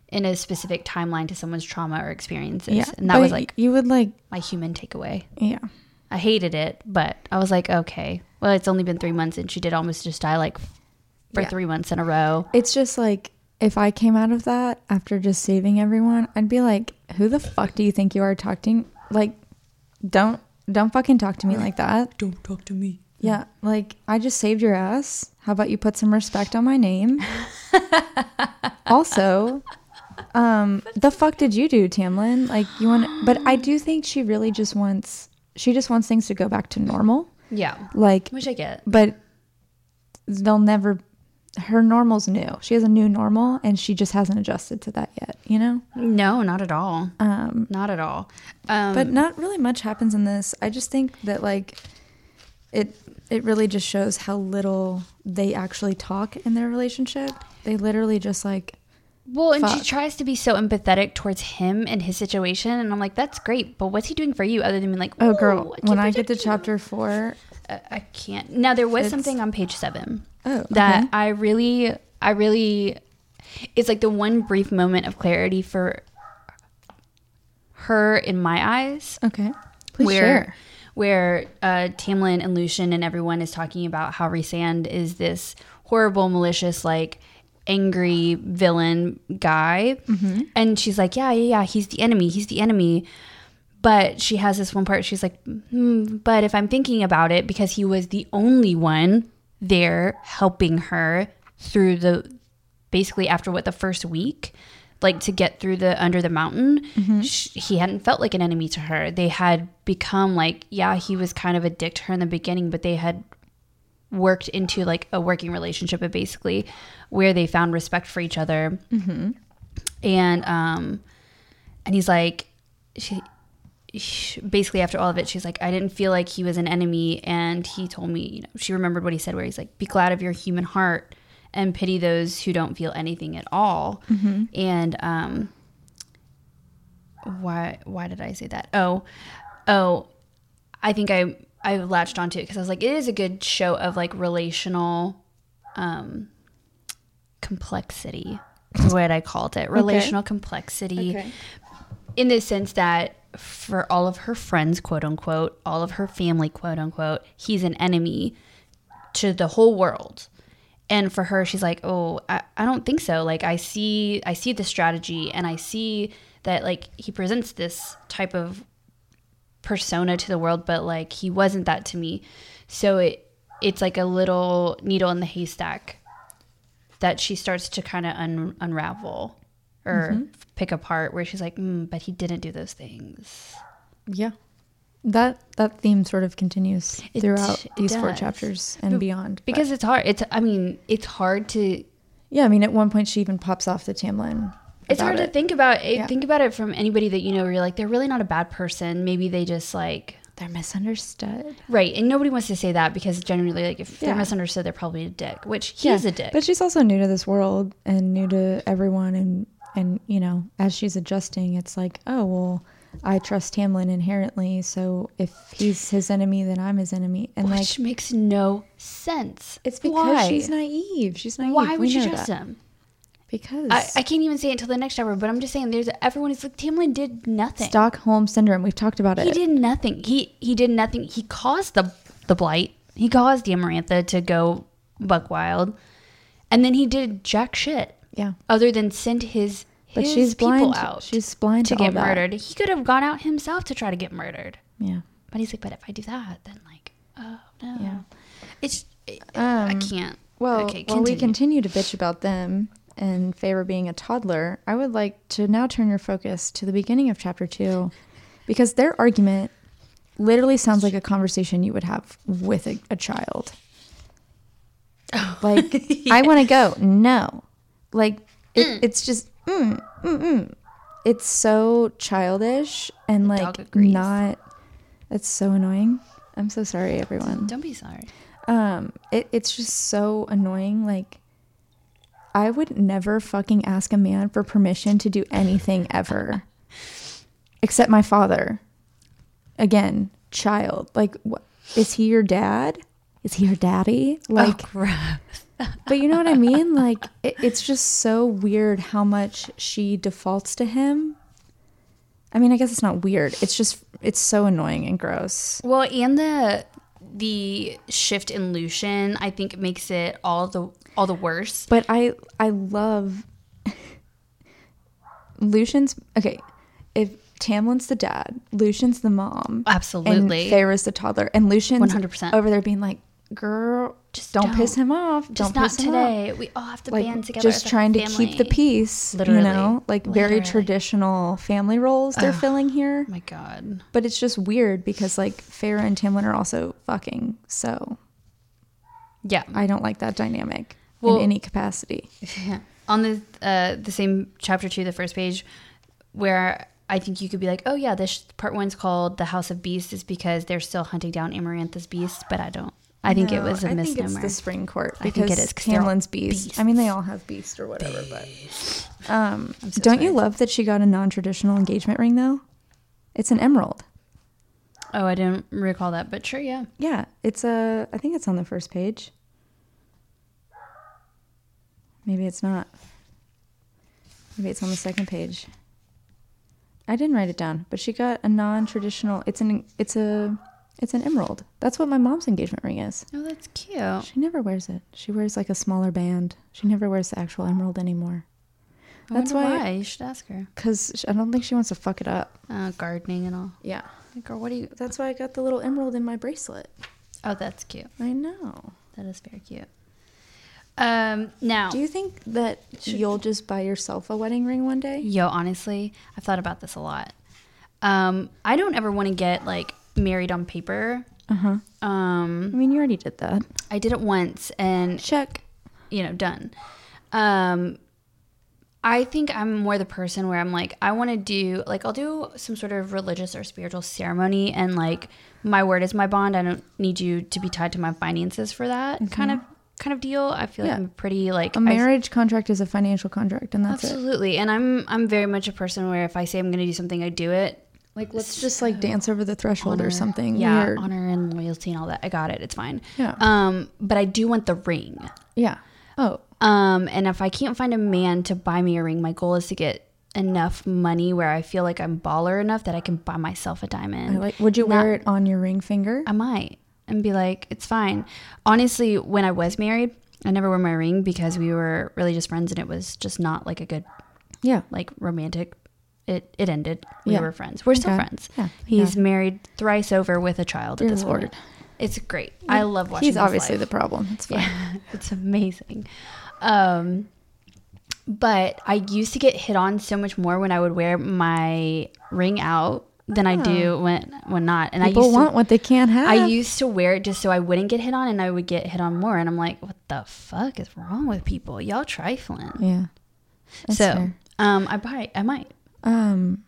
S2: in a specific timeline to someone's trauma or experiences.
S1: yeah,
S2: and that
S1: but
S2: was like
S1: you would like
S2: my human takeaway.
S1: yeah,
S2: I hated it, but I was like, okay, well, it's only been three months and she did almost just die like for
S1: Yeah.
S2: three months in a row.
S1: it's just like if I came out of that after just saving everyone, I'd be like, who the fuck do you think you are talking? Like, don't don't fucking talk to me like that.
S3: Don't talk to me.
S1: Yeah, like I just saved your ass. How about you put some respect on my name? also, um, the fuck did you do, Tamlin? Like you want, but I do think she really just wants. She just wants things to go back to normal.
S2: Yeah.
S1: Like,
S2: Which I get.
S1: but they'll never. Her normal's new. She has a new normal, and she just hasn't adjusted to that yet. You
S2: Hmm.
S1: know.
S2: No, not at all. Um, not at all. Um,
S1: but not really much happens in this i just think that like it it really just shows how little they actually talk in their relationship they literally just like
S2: Well, and she
S1: Fuck.
S2: tries to be so empathetic towards him and his situation, and I'm like, that's great, but what's he doing for you other than being like,
S1: oh
S2: "Ooh,
S1: girl
S2: I
S1: when
S2: can
S1: i get to
S2: protect you."
S1: chapter four
S2: I- I can't. Now there was
S1: It's-
S2: something on page seven
S1: Oh,
S2: that
S1: okay.
S2: I really, I really, it's like the one brief moment of clarity for her in my eyes,
S1: okay please
S2: where
S1: share
S2: where uh, Tamlin and Lucian and everyone is talking about how Resand is this horrible, malicious, like angry villain guy,
S1: Mm-hmm.
S2: and she's like, yeah, yeah, yeah, he's the enemy, he's the enemy, but she has this one part she's like hmm, but if i'm thinking about it because he was the only one there helping her through the basically after what the first week like to get through the under the mountain sh he hadn't felt like an enemy to her they had become like yeah he was kind of a dick to her in the beginning but they had worked into like a working relationship uh, basically where they found respect for each other and um and he's like she, she basically after all of it she's like i didn't feel like he was an enemy and he told me you know she remembered what he said where he's like be glad of your human heart and pity those who don't feel anything at all and um why why did i say that oh oh i think i i latched onto it because i was like it is a good show of like relational um complexity is what i called it relational complexity in the sense that for all of her friends, quote unquote, all of her family, quote unquote, he's an enemy to the whole world. And for her, she's like, "Oh, I, I don't think so. Like, I see, I see the strategy, and I see that like he presents this type of persona to the world, but like he wasn't that to me. So it it's like a little needle in the haystack that she starts to kind of un- unravel or
S1: Mm-hmm.
S2: pick apart, where she's like, mm, but he didn't do those things.
S1: Yeah. That that theme sort of continues
S2: It-
S1: throughout
S2: it
S1: these four
S2: does.
S1: chapters and beyond. but-
S2: Because it's hard. It's I mean, it's hard to
S1: yeah, I mean, at one point she even pops off the Tamlin.
S2: it's
S1: about
S2: hard
S1: it.
S2: to think about it,
S1: Yeah.
S2: think about it from anybody that you know where you're like they're really not a bad person maybe they just like
S1: They're misunderstood.
S2: right and nobody wants to say that because generally like if
S1: Yeah.
S2: they're misunderstood they're probably a dick which he
S1: Yeah,
S2: is a dick
S1: But she's also new to this world and new to everyone and and you know, as she's adjusting, it's like, oh well, I trust Tamlin inherently, so if he's his enemy, then I'm his enemy. And like
S2: which makes no sense
S1: it's because
S2: Why?
S1: she's naive. She's naive.
S2: why
S1: We
S2: would you
S1: know
S2: trust
S1: that.
S2: him
S1: Because
S2: I, I can't even say it until the next hour but i'm just saying there's everyone is like tamlin did nothing
S1: Stockholm syndrome. We've talked about
S2: he
S1: it.
S2: did nothing he he did nothing he caused the the blight he caused the amarantha to go buck wild and then he did jack shit
S1: Yeah.
S2: other than send his
S1: But
S2: his
S1: she's
S2: people
S1: blind.
S2: out
S1: She's blind
S2: to
S1: to all
S2: get
S1: that.
S2: murdered. He could have gone out himself to try to get murdered.
S1: Yeah.
S2: But he's like, but if I do that, then like, oh no,
S1: Yeah.
S2: it's it, I
S1: Um,
S2: can't.
S1: Well,
S2: okay,
S1: while we continue
S2: continue.
S1: to bitch about them and favor being a toddler, I would like to now turn your focus to the beginning of chapter two because their argument literally sounds like a conversation you would have with a, a child.
S2: Oh.
S1: Like, I want to go. No. Like, it, it's just, mm, mm, mm. It's so childish and
S2: dog
S1: like
S2: agrees.
S1: not. It's so annoying. I'm so sorry, everyone
S2: Don't be sorry.
S1: um it, it's just so annoying like i would never fucking ask a man for permission to do anything ever except my father again child like what is he your dad is he your daddy like
S2: crap.
S1: but you know what i mean like it, it's just so weird how much she defaults to him i mean i guess it's not weird it's just it's so annoying and gross
S2: Well, and the the shift in Lucian, I think, makes it all the all the worse.
S1: But I I love Lucian's okay. If Tamlin's the dad, Lucian's the mom,
S2: Absolutely.
S1: and Feyre's the toddler, and Lucian's
S2: 100%.
S1: over there being like, "Girl, just don't,
S2: don't.
S1: piss him off. don't
S2: Just not
S1: piss him off."
S2: today. We all have to
S1: Like
S2: band together.
S1: just
S2: as a
S1: trying to keep the
S2: family.
S1: peace,
S2: Literally.
S1: you know, like very
S2: Literally.
S1: traditional family roles they're filling here.
S2: Oh my God.
S1: But it's just weird because like Feyre and Tamlin are also fucking, so
S2: Yeah.
S1: I don't like that dynamic
S2: Well-
S1: in any capacity.
S2: on the uh, the same chapter two, the first page, where I think you could be like, oh yeah, this part one's called the House of Beasts is because they're still hunting down Amarantha's beast, but I don't. I think
S1: No,
S2: it was a
S1: I
S2: misnomer.
S1: Think it's the spring court
S2: I think
S1: because
S2: it is, 'cause they're all
S1: Tamlin's beast.
S2: beasts.
S1: I mean, they all have beast or whatever. But um, don't you love that she got a non-traditional engagement ring though? It's an emerald.
S2: oh, I didn't recall that, but sure, yeah.
S1: Yeah, it's a. I think it's on the first page. Maybe it's not. Maybe it's on the second page. I didn't write it down, but she got a non-traditional. It's an. It's a. It's an emerald. That's what my mom's engagement ring is.
S2: Oh, that's cute.
S1: She never wears it. She wears like a smaller band. She never wears the actual emerald anymore. That's
S2: That's
S1: why-
S2: why. you should ask her.
S1: Cause I don't think she wants to fuck it up.
S2: Uh, gardening and all.
S1: Yeah.
S2: Like, girl, what do you?
S1: That's why I got the little emerald in my bracelet.
S2: Oh, that's cute.
S1: I know.
S2: That is very cute. Um, now,
S1: Do you think that you'll just buy yourself a wedding ring one day?
S2: Yo, honestly, I've thought about this a lot. Um, I don't ever want to get like married on paper.
S1: Uh huh.
S2: Um,
S1: I mean, you already did that.
S2: I did it once and
S1: Check.
S2: you know, done. Um I think I'm more the person where I'm like I want to do like I'll do some sort of religious or spiritual ceremony and like my word is my bond. I don't need you to be tied to my finances for that kind of kind of deal. I
S1: Mm-hmm.
S2: feel
S1: Yeah.
S2: like I'm pretty like
S1: A
S2: I-
S1: marriage contract is a financial contract, and that's it.
S2: absolutely. And I'm I'm very much a person where if I say I'm going to do something, I do it. Like
S1: Let's just like dance over the threshold or
S2: honor-
S1: something
S2: Yeah,
S1: weird.
S2: honor and loyalty and all that. I got it. It's fine.
S1: Yeah.
S2: Um, but I do want the ring.
S1: Yeah. Oh,
S2: Um, and if I can't find a man to buy me a ring, my goal is to get enough money where I feel like I'm baller enough that I can buy myself a
S1: I
S2: diamond. I,
S1: like. Would you wear it on your ring finger?
S2: might and be like, it's fine. Honestly, when I was married, I never wore my ring because we were really just friends and it was just not like a good
S1: Yeah.
S2: like romantic it, it ended. We
S1: Yeah.
S2: were friends. We're still
S1: Okay.
S2: friends.
S1: Yeah.
S2: He's married thrice over with a child at
S1: Dear
S2: this
S1: Lord.
S2: point. It's great. I love watching.
S1: He's
S2: his
S1: obviously
S2: life.
S1: the problem. It's fine.
S2: Yeah, it's amazing. Um, but I used to get hit on so much more when I would wear my ring out than I do when when not. And I
S1: Ah. People
S2: used
S1: want
S2: to,
S1: what they can't have.
S2: I used to wear it just so I wouldn't get hit on, and I would get hit on more. And I'm like, what the fuck is wrong with people? Y'all trifling.
S1: yeah. That's
S2: so,
S1: fair.
S2: um, I might, I might.
S1: Um,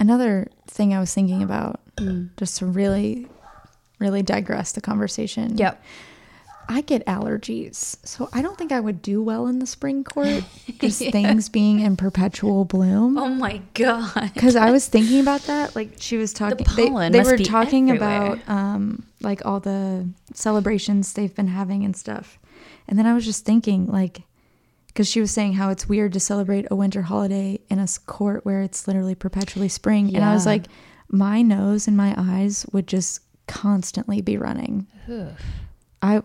S1: another thing I was thinking about,
S2: Mm.
S1: just to really, really digress the conversation.
S2: Yep.
S1: I get allergies, so I don't think I would do well in the spring court. Just things being in perpetual bloom.
S2: Oh my god.
S1: Because I was thinking about that, like she was talking. they-
S2: pollen
S1: they
S2: must
S1: were
S2: be
S1: talking
S2: everywhere.
S1: about um, like all the celebrations they've been having and stuff, and then I was just thinking like. Because she was saying how it's weird to celebrate a winter holiday in a s- court where it's literally perpetually spring. And I was
S2: Yeah.
S1: like, my nose and my eyes would just constantly be running. I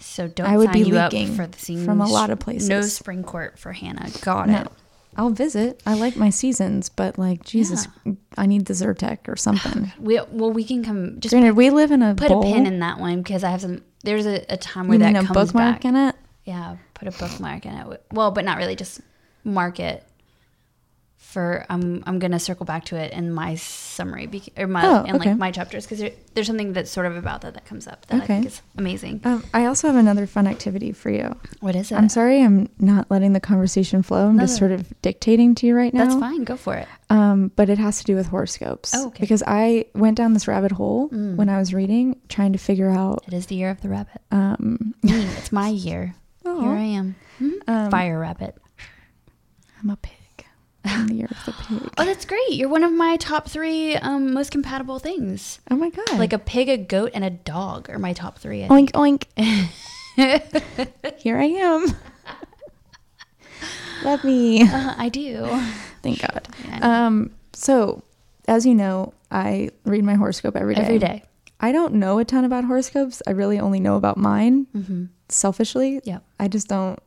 S2: So don't
S1: I would
S2: sign
S1: be
S2: you up
S1: leaking
S2: for the scene
S1: from a lot of places.
S2: No spring court for Hannah. Got
S1: No.
S2: it.
S1: I'll visit. I like my seasons, but like Jesus, I need the Zyrtec or something.
S2: We, well, we can come. Just
S1: Granted, we live in a
S2: put
S1: bowl.
S2: a pin in that one because I have some. There's a, a time where
S1: you
S2: that
S1: mean a
S2: comes
S1: bookmark
S2: back.
S1: in it?
S2: Yeah, put a bookmark in it. Well, but not really. Just mark it for. I'm I'm gonna circle back to it in my summary bec- or my
S1: Oh,
S2: in
S1: okay.
S2: like my chapters because there, there's something that's sort of about that that comes up that I think
S1: Okay.
S2: is amazing.
S1: Um, I also have another fun activity for you.
S2: What is it?
S1: I'm sorry, I'm not letting the conversation flow. I'm just
S2: No.
S1: sort of dictating to you right now.
S2: That's fine. Go for it.
S1: Um, but it has to do with horoscopes.
S2: Oh, okay. Mm.
S1: Because I went down this rabbit hole when I was reading, trying to figure out.
S2: It is the year of the rabbit.
S1: Um,
S2: Me, it's my year. Here
S1: Aw.
S2: I am. Mhm.
S1: Um,
S2: Fire rabbit.
S1: I'm a pig. I'm the year of the pig.
S2: Oh, that's great. You're one of my top three um, most compatible things.
S1: Oh my god!
S2: Like a pig, a goat, and a dog are Oh my top three. I think.
S1: oink oink. Here I am. Love me.
S2: Uh, I do.
S1: Thank God.
S2: Yeah, I know.
S1: Um, so, as you know, I read my horoscope every day.
S2: Every day.
S1: I don't know a ton about horoscopes. I really only know about mine.
S2: Mm-hmm.
S1: Selfishly,
S2: Yep.
S1: I just don't.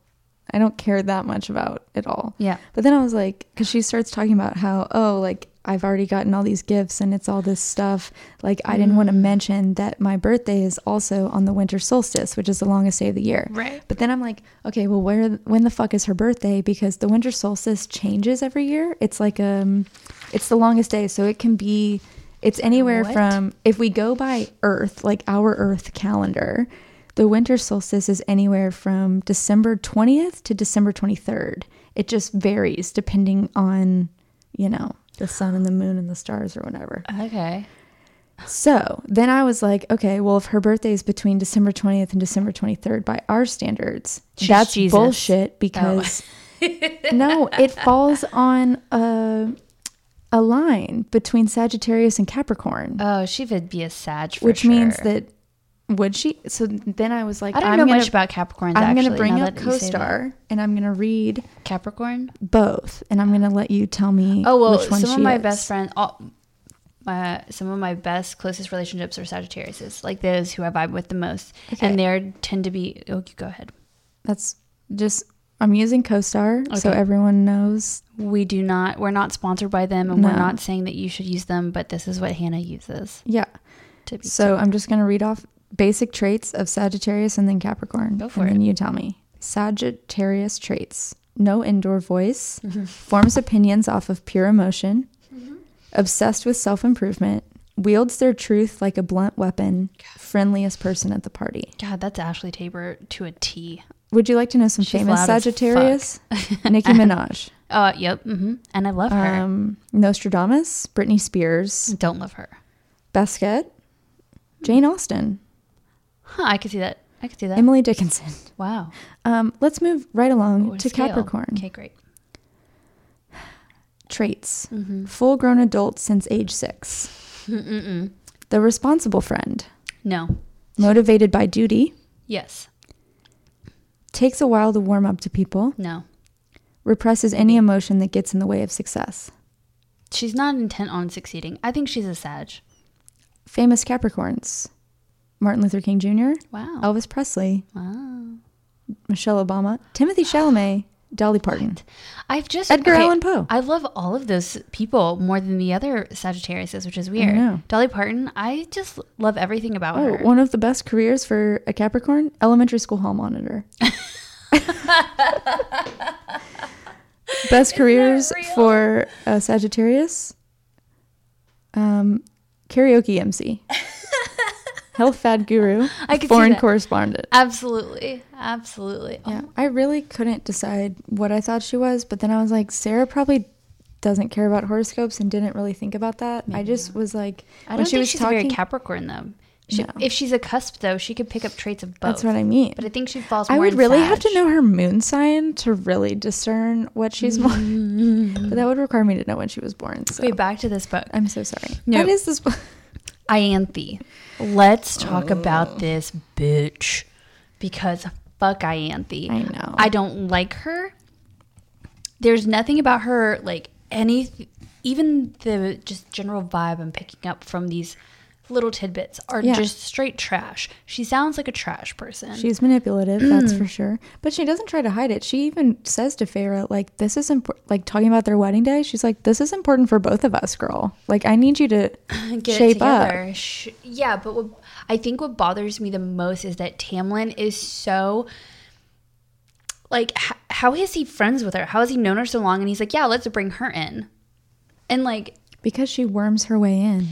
S1: I don't care that much about it all.
S2: Yeah.
S1: But then I was like, because she starts talking about how, oh, like I've already gotten all these gifts and it's all this stuff. Like I didn't
S2: Mm.
S1: want to mention that my birthday is also on the winter solstice, which is the longest day of the year.
S2: Right.
S1: But then I'm like, okay, well, where, when the fuck is her birthday? Because the winter solstice changes every year. It's like um, it's the longest day, so it can be, it's anywhere
S2: What?
S1: from if we go by Earth, like our Earth calendar. The winter solstice is anywhere from December 20th to December 23rd. It just varies depending on, you know, the sun and the moon and the stars or whatever.
S2: Okay.
S1: So then I was like, okay, well, if her birthday is between December 20th and December 23rd by our standards,
S2: She's
S1: that's
S2: Jesus. Oh.
S1: bullshit because no, it falls on a, a line between Sagittarius and Capricorn,
S2: Oh, she would be a Sag for
S1: which means
S2: sure.
S1: that would she? So then I was like,
S2: I don't
S1: am
S2: know
S1: gonna,
S2: much about Capricorns.
S1: I'm
S2: actually,
S1: going to bring
S2: now
S1: up
S2: that you say that.
S1: CoStar and I'm going to read
S2: Capricorn.
S1: both and I'm going to let you tell me
S2: Oh well,
S1: which one
S2: some
S1: she
S2: of my
S1: is.
S2: best friends, all, my some of my best closest relationships are Sagittariuses, like those who I vibe with the most, and they tend to be. Oh, you go ahead.
S1: That's just, I'm using CoStar so
S2: Okay.
S1: everyone knows
S2: We do not. We're not sponsored by them, and we're
S1: No.
S2: not saying that you should use them. But this is what Hannah uses.
S1: Yeah.
S2: To be
S1: So I'm just going to read off basic traits of Sagittarius and then Capricorn.
S2: Go for
S1: and Then you tell me. Sagittarius traits no indoor voice,
S2: Mm-hmm.
S1: forms opinions off of pure emotion, obsessed with self improvement, wields their truth like a blunt weapon, friendliest person at the party.
S2: God, that's Ashley Tabor to a T.
S1: Would you like to know some
S2: She's
S1: famous
S2: loud as
S1: Sagittarius? Nicki Minaj,
S2: Uh, yep. hmm And I love her. Mm.
S1: um, Nostradamus, Britney Spears,
S2: Don't love her.
S1: Basquiat, Jane Austen,
S2: Huh, I could see that. I could see Mm. that.
S1: Emily Dickinson.
S2: wow.
S1: Um, let's move right along
S2: What a
S1: to
S2: scale.
S1: Capricorn.
S2: Okay, great.
S1: Traits
S2: Mm-hmm.
S1: full grown adult since age 6 The responsible friend,
S2: No.
S1: motivated by duty,
S2: Yes.
S1: takes a while to warm up to people,
S2: No.
S1: represses any emotion that gets in the way of success.
S2: She's not intent on succeeding. I think she's a Sag.
S1: Famous Capricorns Martin Luther King Jr.,
S2: Wow.
S1: Elvis Presley,
S2: Wow.
S1: Michelle Obama, Timothy Chalamet, Dolly Parton.
S2: I've just
S1: Edgar Allan Poe.
S2: I love all of those people more than the other Sagittariuses, which is weird.
S1: know.
S2: Dolly Parton, I just love everything about
S1: Oh,
S2: her.
S1: one of the best careers for a Capricorn, elementary school hall monitor. best careers
S2: real?
S1: for a Sagittarius, um, karaoke MC, health fad guru,
S2: I could see
S1: foreign
S2: that. Oh.
S1: correspondent.
S2: Absolutely, absolutely.
S1: Yeah, I really couldn't decide what I thought she was, but then I was like, Sarah probably doesn't care about horoscopes and didn't really think about that. I just was like,
S2: I
S1: when
S2: don't
S1: she
S2: think
S1: was
S2: she's
S1: talking,
S2: a very Capricorn though. She,
S1: No.
S2: If she's a cusp though, she could pick up traits of both.
S1: that's what I mean.
S2: But I think she falls.
S1: I
S2: more
S1: would
S2: in
S1: really have to
S2: Sag.
S1: know her moon sign to really discern what she's more. but that would require me to know when she was born. So
S2: Mm. Wait, back to this book.
S1: I'm so sorry.
S2: No.
S1: What is this book?
S2: Ianthe. Let's talk about this bitch because fuck Ianthe.
S1: I know.
S2: I don't like her. There's nothing about her like any even the just general vibe I'm picking up from these little tidbits are
S1: Yeah.
S2: just straight trash. She sounds like a trash person.
S1: She's manipulative, that's
S2: Mm.
S1: for sure. But she doesn't try to hide it. She even says to Feyre, like, this is important. Like, talking about their wedding day, she's like, this is important for both of us, girl. Like, I need you to
S2: get it
S1: shape up.
S2: together. Sh- yeah, but what, I think what bothers me the most is that Tamlin is so like h- how is he friends with her? How has he known her so long and he's like, "Yeah, let's bring her in." And like
S1: Because she worms her way in.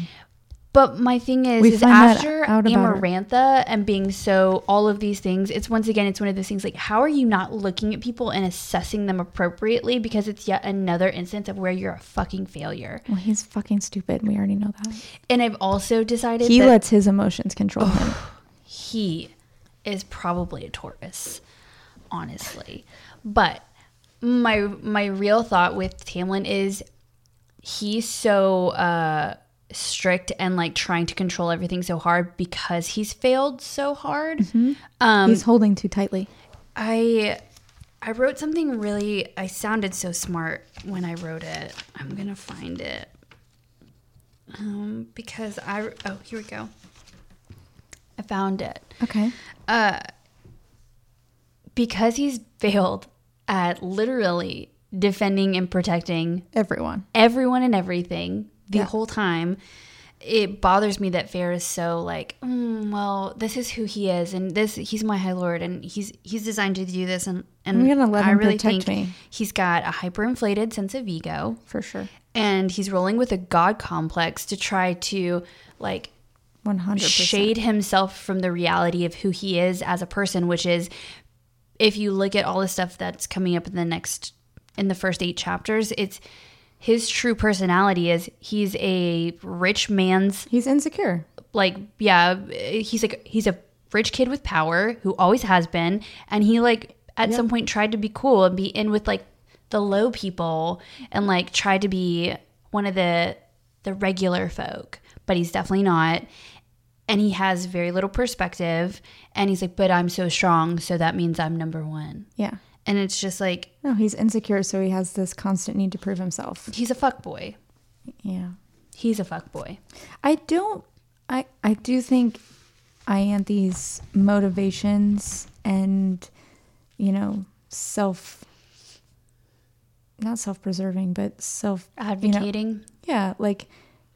S2: but my thing is,
S1: We
S2: is
S1: find that
S2: after
S1: out about her.
S2: Amarantha and being so all of these things, it's once again, it's one of those things like, how are you not looking at people and assessing them appropriately? Because it's yet another instance of where you're a fucking failure.
S1: Well, he's fucking stupid. We already know that.
S2: And I've also decided
S1: He
S2: that
S1: lets his emotions control him.
S2: he is probably a Taurus, honestly. But my my real thought with Tamlin is he's so uh, strict and like trying to control everything so hard because he's failed so hard. Um,
S1: He's holding too tightly.
S2: I I wrote something really I sounded so smart when I wrote it. I'm going to find it. Um because I oh, here we go. I found it
S1: Okay.
S2: because he's failed at literally defending and protecting
S1: Everyone.
S2: everyone and everything the whole time. It bothers me that Fair is so like, mm, well, this is who he is, and this he's my high lord, and he's he's designed to do this, and and
S1: I'm gonna let
S2: I
S1: him
S2: really
S1: protect
S2: think
S1: me.
S2: he's got a hyperinflated sense of ego
S1: For sure.
S2: and he's rolling with a god complex to try to like
S1: 100%.
S2: shade himself from the reality of who he is as a person, which is if you look at all the stuff that's coming up in the next in the first eight chapters, it's his true personality is he's a rich man's
S1: He's insecure.
S2: like yeah, he's like he's a rich kid with power who always has been and he like at some point tried to be cool and be in with like the low people and like tried to be one of the the regular folk, but he's definitely not and he has very little perspective and he's like but i'm so strong so that means i'm number one
S1: Yeah.
S2: and it's just like
S1: No, he's insecure, so he has this constant need to prove himself.
S2: he's a fuck boy
S1: Yeah.
S2: he's a fuck boy
S1: I don't I I do think Ianthe's motivations and you know, self not self-preserving, but self you know-
S2: advocating
S1: yeah, like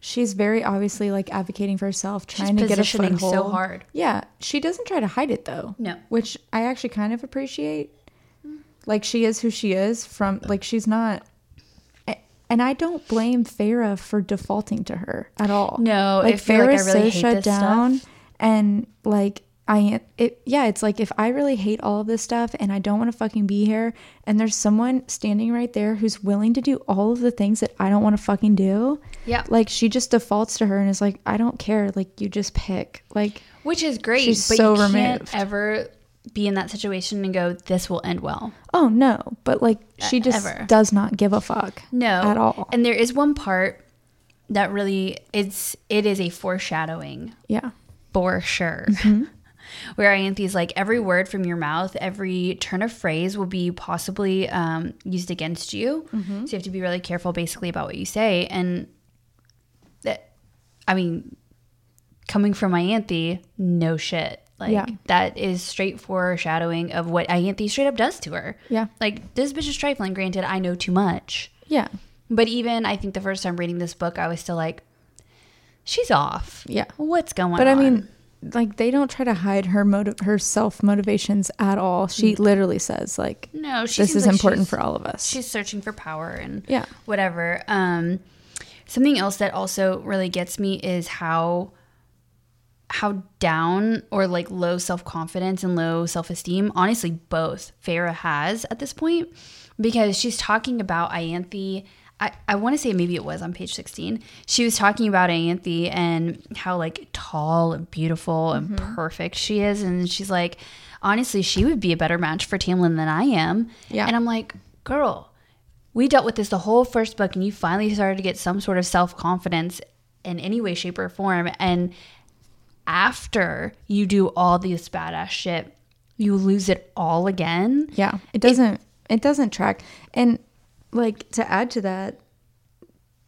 S1: she's very obviously like advocating for herself,
S2: she's
S1: trying to get a
S2: positioning
S1: foothold.
S2: so hard
S1: Yeah, she doesn't try to hide it though.
S2: No. Mm.
S1: Which I actually kind of appreciate. Like she is who she is from like she's not a- and I don't blame Farah for defaulting to her at all.
S2: No, Oh, I
S1: like
S2: feel like I
S1: Farah's so
S2: really hate
S1: shut
S2: this stuff.
S1: down and like I it yeah, it's like if I really hate all of this stuff and I don't want to fucking be here and there's someone standing right there who's willing to do all of the things that I don't want to fucking do.
S2: Yeah.
S1: Like she just defaults to her and is like, I don't care. Like you just pick. Like
S2: which is great
S1: She's
S2: but
S1: so
S2: you can't
S1: removed.
S2: ever be in that situation and go this will end well
S1: Oh no, but like she just
S2: E, ever.
S1: does not give a fuck.
S2: no
S1: at all.
S2: and there is one part that really it's it is a foreshadowing
S1: Yeah,
S2: for sure.
S1: Mm-hmm.
S2: Where Ianthe's like, every word from your mouth, every turn of phrase will be possibly um, used against you.
S1: Mm-hmm.
S2: So you have to be really careful, basically, about what you say. And that, I mean, coming from Ianthe, no shit. Like
S1: Yeah.
S2: that is straight foreshadowing of what Ianthe straight up does to her.
S1: Yeah.
S2: Like this bitch is trifling. Granted, I know too much.
S1: Yeah.
S2: But even I think the first time reading this book, I was still like, she's off.
S1: Yeah.
S2: What's going on?
S1: But I mean, like they don't try to hide her motive, her self motivations at all. She
S2: Mm.
S1: literally says like,
S2: no, she
S1: "This
S2: seems
S1: is
S2: like
S1: important
S2: she's-
S1: for all of us."
S2: She's searching for power and
S1: Yeah.
S2: whatever. Um, something else that also really gets me is how how down or like low self confidence and low self esteem. Honestly, both Farah has at this point because she's talking about Ianthe. I, I want to say maybe it was on page 16. She was talking about Ianthe and how like tall and beautiful and perfect she is. And she's like, honestly, she would be a better match for Tamlin than I am.
S1: Yeah.
S2: And I'm like, girl, we dealt with this the whole first book, and you finally started to get some sort of self confidence in any way, shape, or form. And after you do all this badass shit, you lose it all again.
S1: Yeah, it doesn't it, doesn't track. And like to add to that,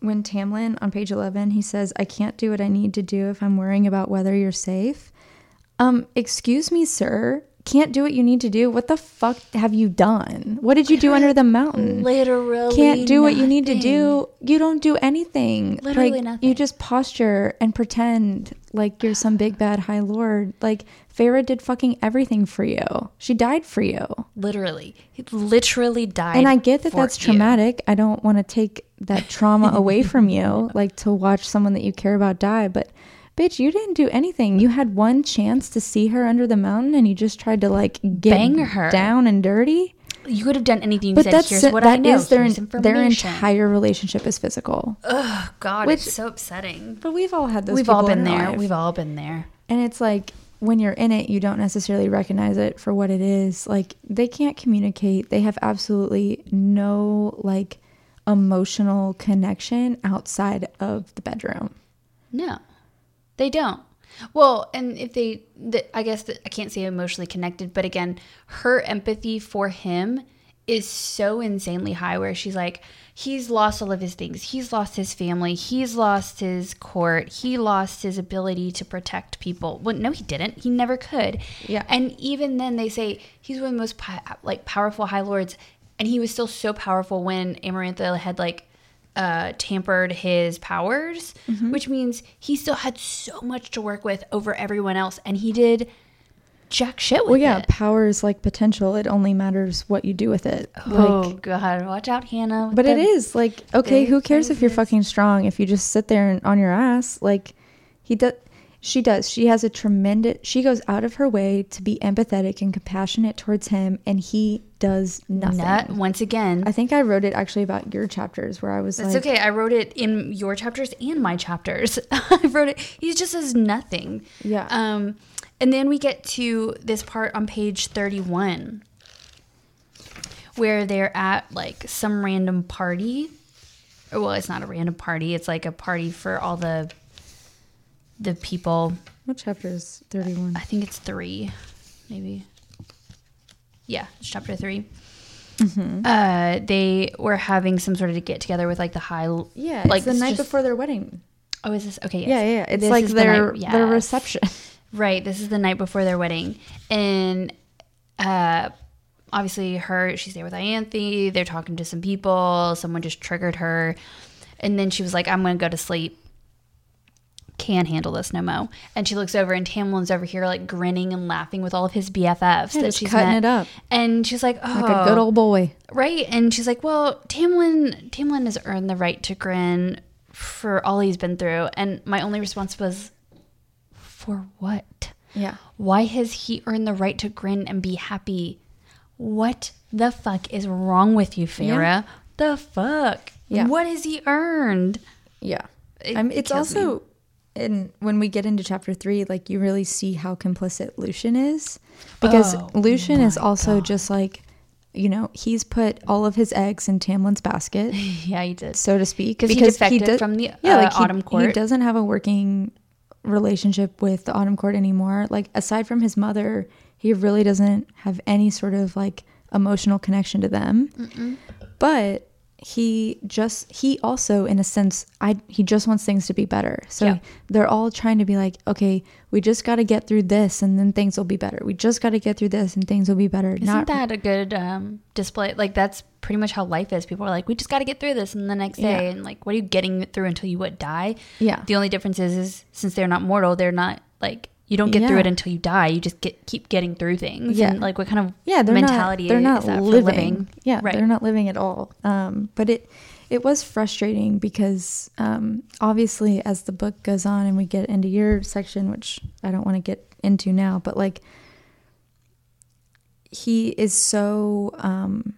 S1: when Tamlin on page eleven he says, "I can't do what I need to do if I'm worrying about whether you're safe." Um, excuse me, sir. Can't do what you need to do. What the fuck have you done? What did you do under the mountain?
S2: Literally,
S1: Can't do what you need to do. You don't do anything.
S2: Literally
S1: like,
S2: nothing.
S1: You just posture and pretend like you're some big bad high lord. Like Farah did fucking everything for you. She died for you
S2: Literally, he literally died.
S1: and I get that
S2: for
S1: that's
S2: you.
S1: traumatic. I don't want to take that trauma away from you, like to watch someone that you care about die. But bitch, you didn't do anything. You had one chance to see her under the mountain, and you just tried to like get
S2: Bang her.
S1: down and dirty.
S2: You, could have done anything. You
S1: But
S2: said,
S1: that's
S2: here's what I
S1: that
S2: know.
S1: is their
S2: here's
S1: their
S2: information."
S1: entire relationship is physical.
S2: Ugh, God, it's
S1: Which-
S2: so upsetting.
S1: But we've all had those.
S2: We've all
S1: people in
S2: been
S1: our
S2: there.
S1: life.
S2: We've all been there.
S1: And it's like when you're in it, you don't necessarily recognize it for what it is. Like they can't communicate. They have absolutely no like emotional connection outside of the bedroom.
S2: No, they don't. Well, and if they, th I guess that I can't say emotionally connected, but again, her empathy for him is so insanely high where she's like, he's lost all of his things. He's lost his family. He's lost his court. He lost his ability to protect people. Well, no, he didn't. He never could.
S1: Yeah.
S2: And even then, they say he's one of the most pi- like powerful High Lords, and he was still so powerful when Amarantha had like uh, tampered his powers,
S1: Mm-hmm.
S2: which means he still had so much to work with over everyone else, and he did jack shit with
S1: Well, yeah,
S2: it.
S1: power is like potential. It only matters what you do with it.
S2: oh
S1: Like,
S2: god, watch out, Hannah. with
S1: but it
S2: the-
S1: is like okay,
S2: big
S1: who cares if you're
S2: phrases.
S1: fucking strong if you just sit there and on your ass? Like he does. She does. She has a tremendous. She goes out of her way to be empathetic and compassionate towards him, and he does nothing.
S2: Nut, once again.
S1: I think I wrote it actually about your chapters where I was
S2: It's
S1: like,
S2: okay. I wrote it in your chapters and my chapters. I wrote it. He just says nothing.
S1: Yeah.
S2: Um, and then we get to this part on page thirty-one, where they're at like some random party. Or, Well, it's not a random party. It's like a party for all the the people
S1: what chapter is 31?
S2: I think it's three, maybe. Yeah, it's chapter 3
S1: Mm-hmm.
S2: Uh, they were having some sort of get together with like the high.
S1: Yeah,
S2: like
S1: it's the
S2: it's
S1: night
S2: just-
S1: before their wedding.
S2: Oh, is this okay? Yes.
S1: Yeah, yeah, yeah. It's
S2: This
S1: like
S2: is the
S1: their
S2: night-
S1: their
S2: yes.
S1: reception.
S2: Right. This is the night before their wedding. And uh obviously her she's there with Ianthe, they're talking to some people, someone just triggered her. And then she was like, I'm gonna go to sleep. Can handle this no mo. And she looks over and Tamlin's over here like grinning and laughing with all of his BFFs that
S1: just
S2: she's
S1: cutting it
S2: met.
S1: up.
S2: And she's like, Oh
S1: Like a good old boy.
S2: Right, and she's like, "Well, Tamlin, Tamlin has earned the right to grin for all he's been through." And my only response was, "For what?
S1: Yeah.
S2: Why has he earned the right to grin and be happy? What the fuck is wrong with you, Farah? The fuck?
S1: Yeah.
S2: What has he earned?
S1: Yeah.
S2: It-
S1: I mean,
S2: it
S1: it's
S2: kills me.
S1: also in when we get into chapter three, like you really see how complicit Lucian is. Because
S2: Oh,
S1: Lucian is also just like, you know, he's put all of his eggs in Tamlin's basket.
S2: Yeah, he did.
S1: so to speak,
S2: 'Cause he defected from the, uh,
S1: he-
S2: Autumn Court.
S1: He doesn't have a working relationship with the Autumn Court anymore. Like aside from his mother, he really doesn't have any sort of like emotional connection to them. But he just he also in a sense i he just wants things to be better so
S2: Yeah.
S1: they're all trying to be like okay we just got to get through this and then things will be better we just got to get through this and things will be better
S2: Isn't
S1: not
S2: that a good um, display? Like that's pretty much how life is. People are like, we just got to get through this, and the next day,
S1: Yeah.
S2: and like, what are you getting through until you what die?
S1: yeah
S2: The only difference is, is since they're not mortal, they're not like you don't get through
S1: Yeah.
S2: it until you die. You just get keep getting through things.
S1: Yeah.
S2: And like what kind of
S1: yeah they're
S2: mentality
S1: not they're not
S2: is that
S1: living.
S2: for living?
S1: yeah
S2: Right.
S1: they're not living at all um but it it was frustrating because um obviously as the book goes on and we get into your section which i don't want to get into now but like he is so um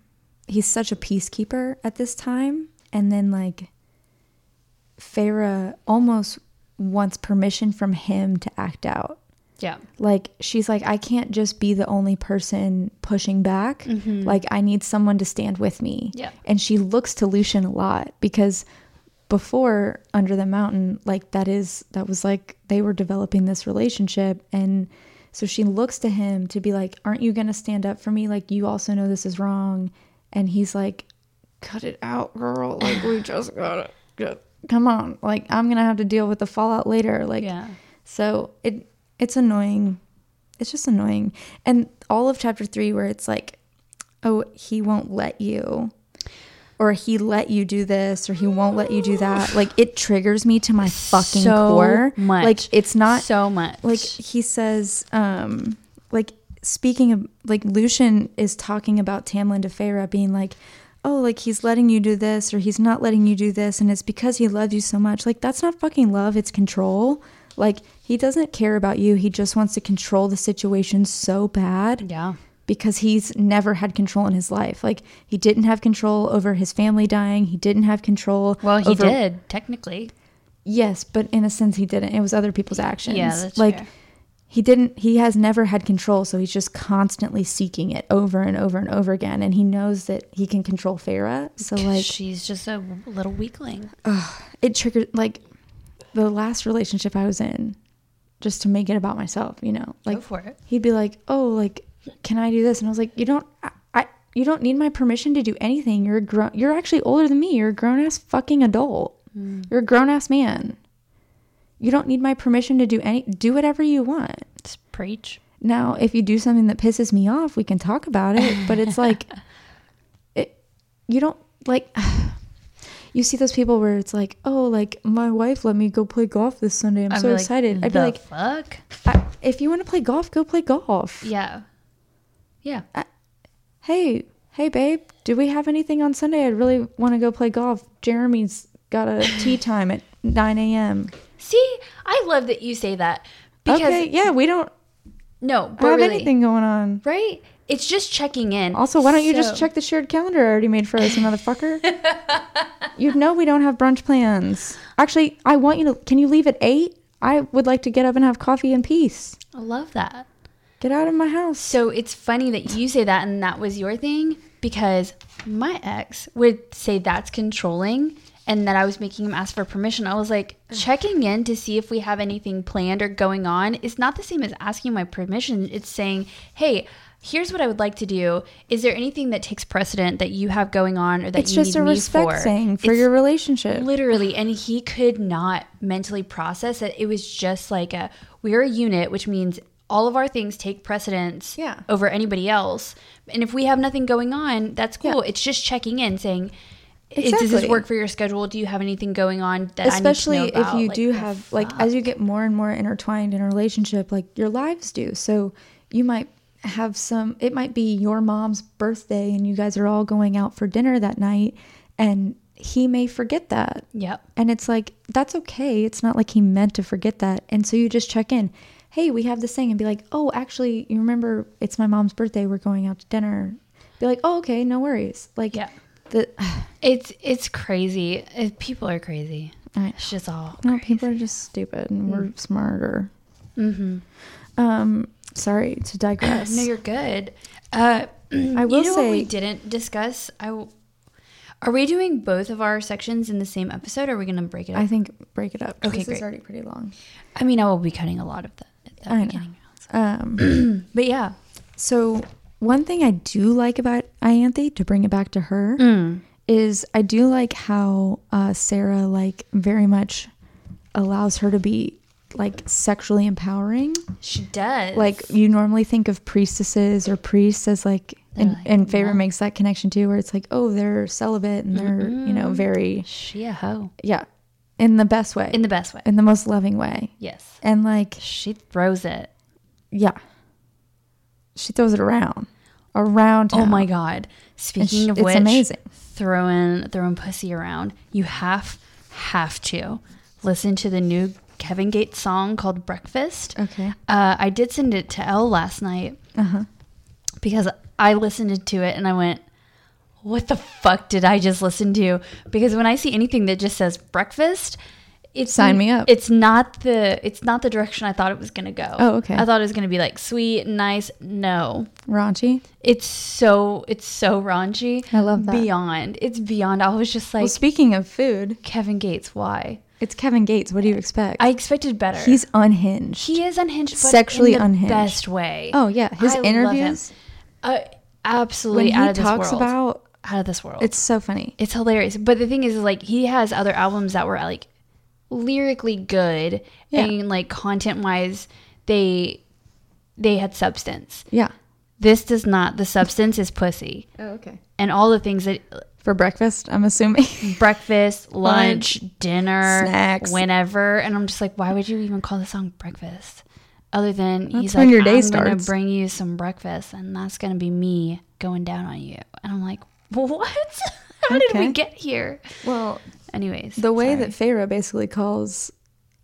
S1: he's such a peacekeeper at this time and then like Farah almost wants permission from him to act out
S2: Yeah.
S1: like she's like i can't just be the only person pushing back like i need someone to stand with me
S2: Yeah.
S1: and she looks to lucian a lot because before under the mountain like that is that was like they were developing this relationship and so she looks to him to be like aren't you going to stand up for me like you also know this is wrong and he's like cut it out girl like we just gotta get, come on like i'm gonna have to deal with the fallout later like
S2: Yeah.
S1: so it it's annoying. It's just annoying. And all of chapter 3 where it's like oh, he won't let you or he let you do this or he won't let you do that. Like it triggers me to my fucking
S2: So
S1: core.
S2: much.
S1: Like it's not
S2: so much.
S1: like he says um like speaking of like lucian is talking about tamlin to Feyre being like oh like he's letting you do this or he's not letting you do this and it's because he loves you so much like that's not fucking love it's control like he doesn't care about you he just wants to control the situation so bad
S2: yeah.
S1: because he's never had control in his life like he didn't have control over his family dying he didn't have control
S2: Well, he
S1: over-
S2: did technically.
S1: Yes, but in a sense he didn't. It was other people's actions.
S2: Yeah, that's
S1: like
S2: fair.
S1: he didn't he has never had control, so he's just constantly seeking it over and over and over again and he knows that he can control Farah. So like
S2: she's just a little weakling.
S1: it triggered like the last relationship I was in just to make it about myself, you know. Like
S2: Go for it.
S1: he'd be like, "Oh, like can I do this?" And I was like, "You don't I, I you don't need my permission to do anything. You're a grown you're actually older than me. You're a grown-ass fucking adult. You're a grown-ass man. You don't need my permission to do any do whatever you want.
S2: It's preach.
S1: Now, if you do something that pisses me off, we can talk about it, but it's like it, you don't like you see those people where it's like, "Oh, like my wife let me go play golf this Sunday. I'm
S2: I'd
S1: so
S2: be like,
S1: excited." I'd be
S2: "The
S1: like,
S2: fuck.
S1: I, "If you want to play golf, go play golf."
S2: Yeah. Yeah.
S1: hey, hey, babe, do we have anything on Sunday? I really want to go play golf. Jeremy's got a tea time at 9 a.m.
S2: See, I love that you say that because
S1: okay, yeah, we don't
S2: no, but
S1: have
S2: really,
S1: anything going on.
S2: right? It's just checking in.
S1: Also, why don't you just
S2: So-
S1: check the shared calendar I already made for us, you motherfucker? you know we don't have brunch plans. Actually, I want you to. Can you leave at eight? I would like to get up and have coffee in peace.
S2: I love that.
S1: Get out of my house.
S2: So it's funny that you say that and that was your thing because my ex would say that's controlling and that I was making him ask for permission. I was like, checking in to see if we have anything planned or going on is not the same as asking my permission. It's saying, hey, here's what I would like to do. Is there anything that takes precedent that you have going on or that
S1: It's
S2: you
S1: just
S2: need
S1: a
S2: me
S1: respect
S2: for?
S1: thing for
S2: It's-
S1: your relationship.
S2: Literally, and he could not mentally process it. It was just like a we're a unit, which means all of our things take precedence
S1: Yeah.
S2: over anybody else. And if we have nothing going on, that's cool. It's just checking in, saying, "Is- "Does this
S1: Exactly.
S2: work for your schedule? Do you have anything going on that
S1: especially
S2: I need to know
S1: if
S2: about?"
S1: you
S2: Like,
S1: do
S2: the
S1: have like as you get more and more intertwined in a relationship like your lives do so you might have some it might be your mom's birthday and you guys are all going out for dinner that night and he may forget that
S2: Yep.
S1: and it's like that's okay it's not like he meant to forget that and so you just check in hey we have this thing and be like oh actually you remember it's my mom's birthday we're going out to dinner be like oh okay no worries like
S2: Yeah.
S1: the
S2: It's it's crazy. It, people are crazy. It's just all
S1: No,
S2: crazy. Mm.
S1: people are just stupid and we're smarter. Mm-hmm. Um, sorry to digress.
S2: No, you're good. Uh, I
S1: will
S2: you know what we
S1: say-
S2: didn't discuss. I w- are we doing both of our sections in the same episode? Or are we going to break it? up?
S1: I think break it up. 'cause
S2: Okay,
S1: this
S2: great.
S1: is already pretty long.
S2: I, mean, I will be cutting a lot of that. At the
S1: I know.
S2: beginning.
S1: Um,
S2: But yeah, Mm.
S1: so one thing I do like about Ianthe to bring it back to her is I do like how uh, Sarah like very much allows her to be like sexually empowering.
S2: She does.
S1: Like you normally think of priestesses or priests as like, and,
S2: like,
S1: and Favor
S2: no.
S1: makes that connection too, where it's like, oh, they're celibate and they're you know
S2: Mm-hmm.
S1: very
S2: she a hoe
S1: yeah, in the best way,
S2: in the best way.
S1: in the most loving way,
S2: Yes.
S1: and like
S2: She throws it.
S1: yeah, she throws it around, around.
S2: Oh
S1: town.
S2: my god. Speaking
S1: sh-
S2: of
S1: it's
S2: which,
S1: amazing.
S2: throwing throwing pussy around. You have have to listen to the new Kevin Gates song called Breakfast.
S1: Okay. Uh-huh.
S2: Uh, I did send it to Elle last night because I listened to it and I went, "What the fuck did I just listen to?" Because when I see anything that just says breakfast, it's
S1: Sign me up.
S2: It's not the it's not the direction I thought it was gonna go.
S1: Oh, okay.
S2: I thought it was gonna be like sweet, and nice. No,
S1: raunchy.
S2: it's so it's so raunchy.
S1: I love that.
S2: Beyond, it's beyond. I was just like
S1: well, speaking of food,
S2: Kevin Gates. Why?
S1: it's Kevin Gates. What do you expect?
S2: I expected better.
S1: He's unhinged.
S2: he is unhinged, but
S1: Sexually
S2: in the
S1: unhinged.
S2: best way.
S1: oh yeah, his
S2: I love him.
S1: interviews
S2: Uh,
S1: when
S2: absolutely
S1: he
S2: out of this
S1: talks
S2: world.
S1: about
S2: out of this world. It's
S1: it's so funny.
S2: it's hilarious. But the thing is, is like he has other albums that were like lyrically good
S1: Yeah.
S2: and like content wise, they they had substance.
S1: Yeah.
S2: This does not. The substance is pussy
S1: Oh okay.
S2: and all the things that
S1: For breakfast, I'm assuming.
S2: breakfast, lunch, dinner,
S1: Snacks.
S2: whenever. And I'm just like, why would you even call the song breakfast? Other than he's
S1: when
S2: like,
S1: your day
S2: I'm gonna
S1: starts."
S2: bring you some breakfast, and that's gonna be me going down on you. And I'm like, what? How did
S1: Okay.
S2: we get here?
S1: well,
S2: Anyways,
S1: the way
S2: sorry.
S1: that Pharaoh basically calls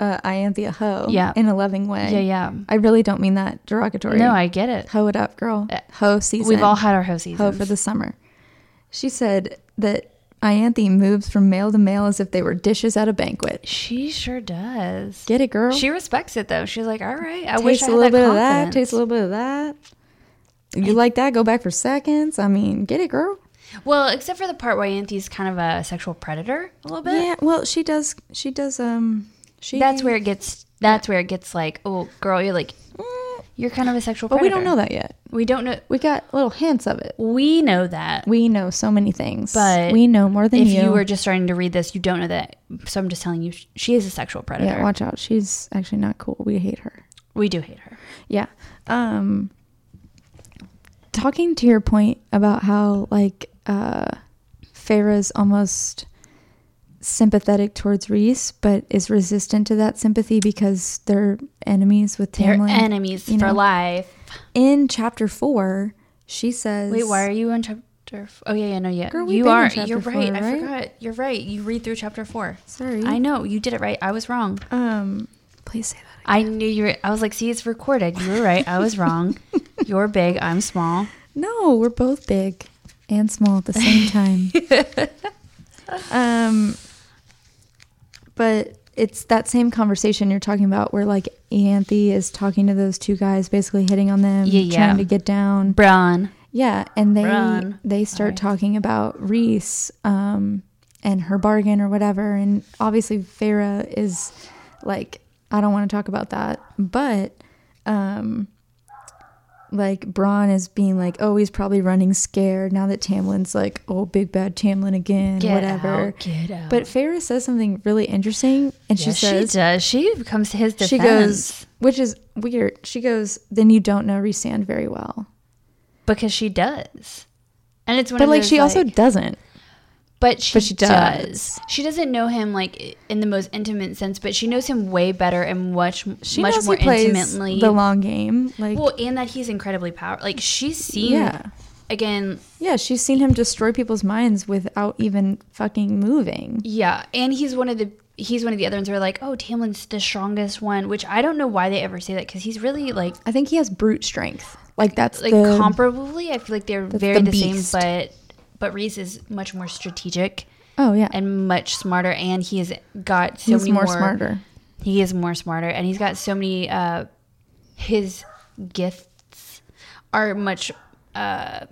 S1: uh, Ianthea hoe
S2: Yeah.
S1: in a loving way.
S2: yeah, yeah,
S1: I really don't mean that derogatory.
S2: no, I get it.
S1: hoe it up, girl. Hoe season.
S2: We've all had our hoe
S1: hoe
S2: seasons.
S1: Oh, for the summer. She said that Ianthe moves from male to male as if they were dishes at a banquet.
S2: she sure does.
S1: Get it, girl.
S2: She respects it though. She's like, all right, I wish
S1: Taste
S2: I
S1: a
S2: had
S1: little
S2: that
S1: bit of that.
S2: confidence.
S1: Taste a little bit of that. You like that? Go back for seconds. I mean, get it, girl.
S2: well, except for the part where Anthony's kind of a sexual predator a little bit.
S1: Yeah. Well, she does. She does. Um. She.
S2: that's where it gets that's where it gets like oh girl you're like
S1: Mm,
S2: you're kind of a sexual
S1: but
S2: predator.
S1: we don't know that yet.
S2: we don't know
S1: We got little hints of it.
S2: we know that
S1: We know so many things,
S2: But
S1: we know more than
S2: if
S1: you.
S2: you were just starting to read this you don't know that so i'm just telling you sh- she is a sexual predator
S1: yeah. Watch out. She's actually not cool. We hate her.
S2: we do hate her
S1: Yeah. Um talking to your point about how like uh Farah's almost sympathetic towards Reese but is resistant to that sympathy because they're enemies with
S2: they're
S1: Tamlin.
S2: enemies
S1: you
S2: for
S1: know.
S2: life
S1: in chapter 4, she says
S2: wait why are you in chapter f- oh yeah yeah no yeah
S1: Girl, we've
S2: you
S1: been in
S2: are
S1: chapter
S2: you're
S1: four,
S2: right, i
S1: right?
S2: forgot you're right you read through chapter four
S1: Sorry.
S2: i know you did it right i was wrong
S1: um please say that.
S2: i knew you were i was like see it's recorded you were right i was wrong you're big i'm small
S1: No, we're both big and small at the same time. um, but it's that same conversation you're talking about where like Anthe is talking to those two guys, basically hitting on them,
S2: Yeah, yeah.
S1: trying to get down.
S2: brawn
S1: Yeah, and they
S2: Run.
S1: they start talking about Reese um, and her bargain or whatever, and obviously Farah is like, I don't want to talk about that, but um, like Braun is being like, oh, he's probably running scared now that Tamlin's like, oh, big bad Tamlin again,
S2: get
S1: whatever.
S2: out, get out
S1: But Farah says something really interesting, and she
S2: Yes,
S1: says,
S2: she does. She comes to his defense.
S1: she goes, which is weird. She goes, then you don't know Resand very well,
S2: because she does, and it's one.
S1: but
S2: of
S1: like
S2: those,
S1: she also doesn't.
S2: but she,
S1: but she
S2: does.
S1: does.
S2: She doesn't know him like i- in the most intimate sense, but she knows him way better and much
S1: she
S2: much
S1: knows
S2: more
S1: he plays
S2: intimately.
S1: the long game. Like,
S2: well, and that he's incredibly powerful. Like she's seen
S1: Yeah.
S2: again,
S1: yeah, she's seen him destroy people's minds without even fucking moving.
S2: yeah, and he's one of the. He's one of the other ones who are like, oh, Tamlin's the strongest one, which I don't know why they ever say that because he's really like,
S1: I think he has brute strength. Like that's
S2: like
S1: the
S2: comparably. I feel like they're very
S1: the
S2: the same,
S1: beast.
S2: but but Reese is much more strategic.
S1: oh yeah,
S2: and much smarter and he has got so
S1: he's
S2: many
S1: more, smarter.
S2: he is more smarter and he's got so many uh his gifts are much uh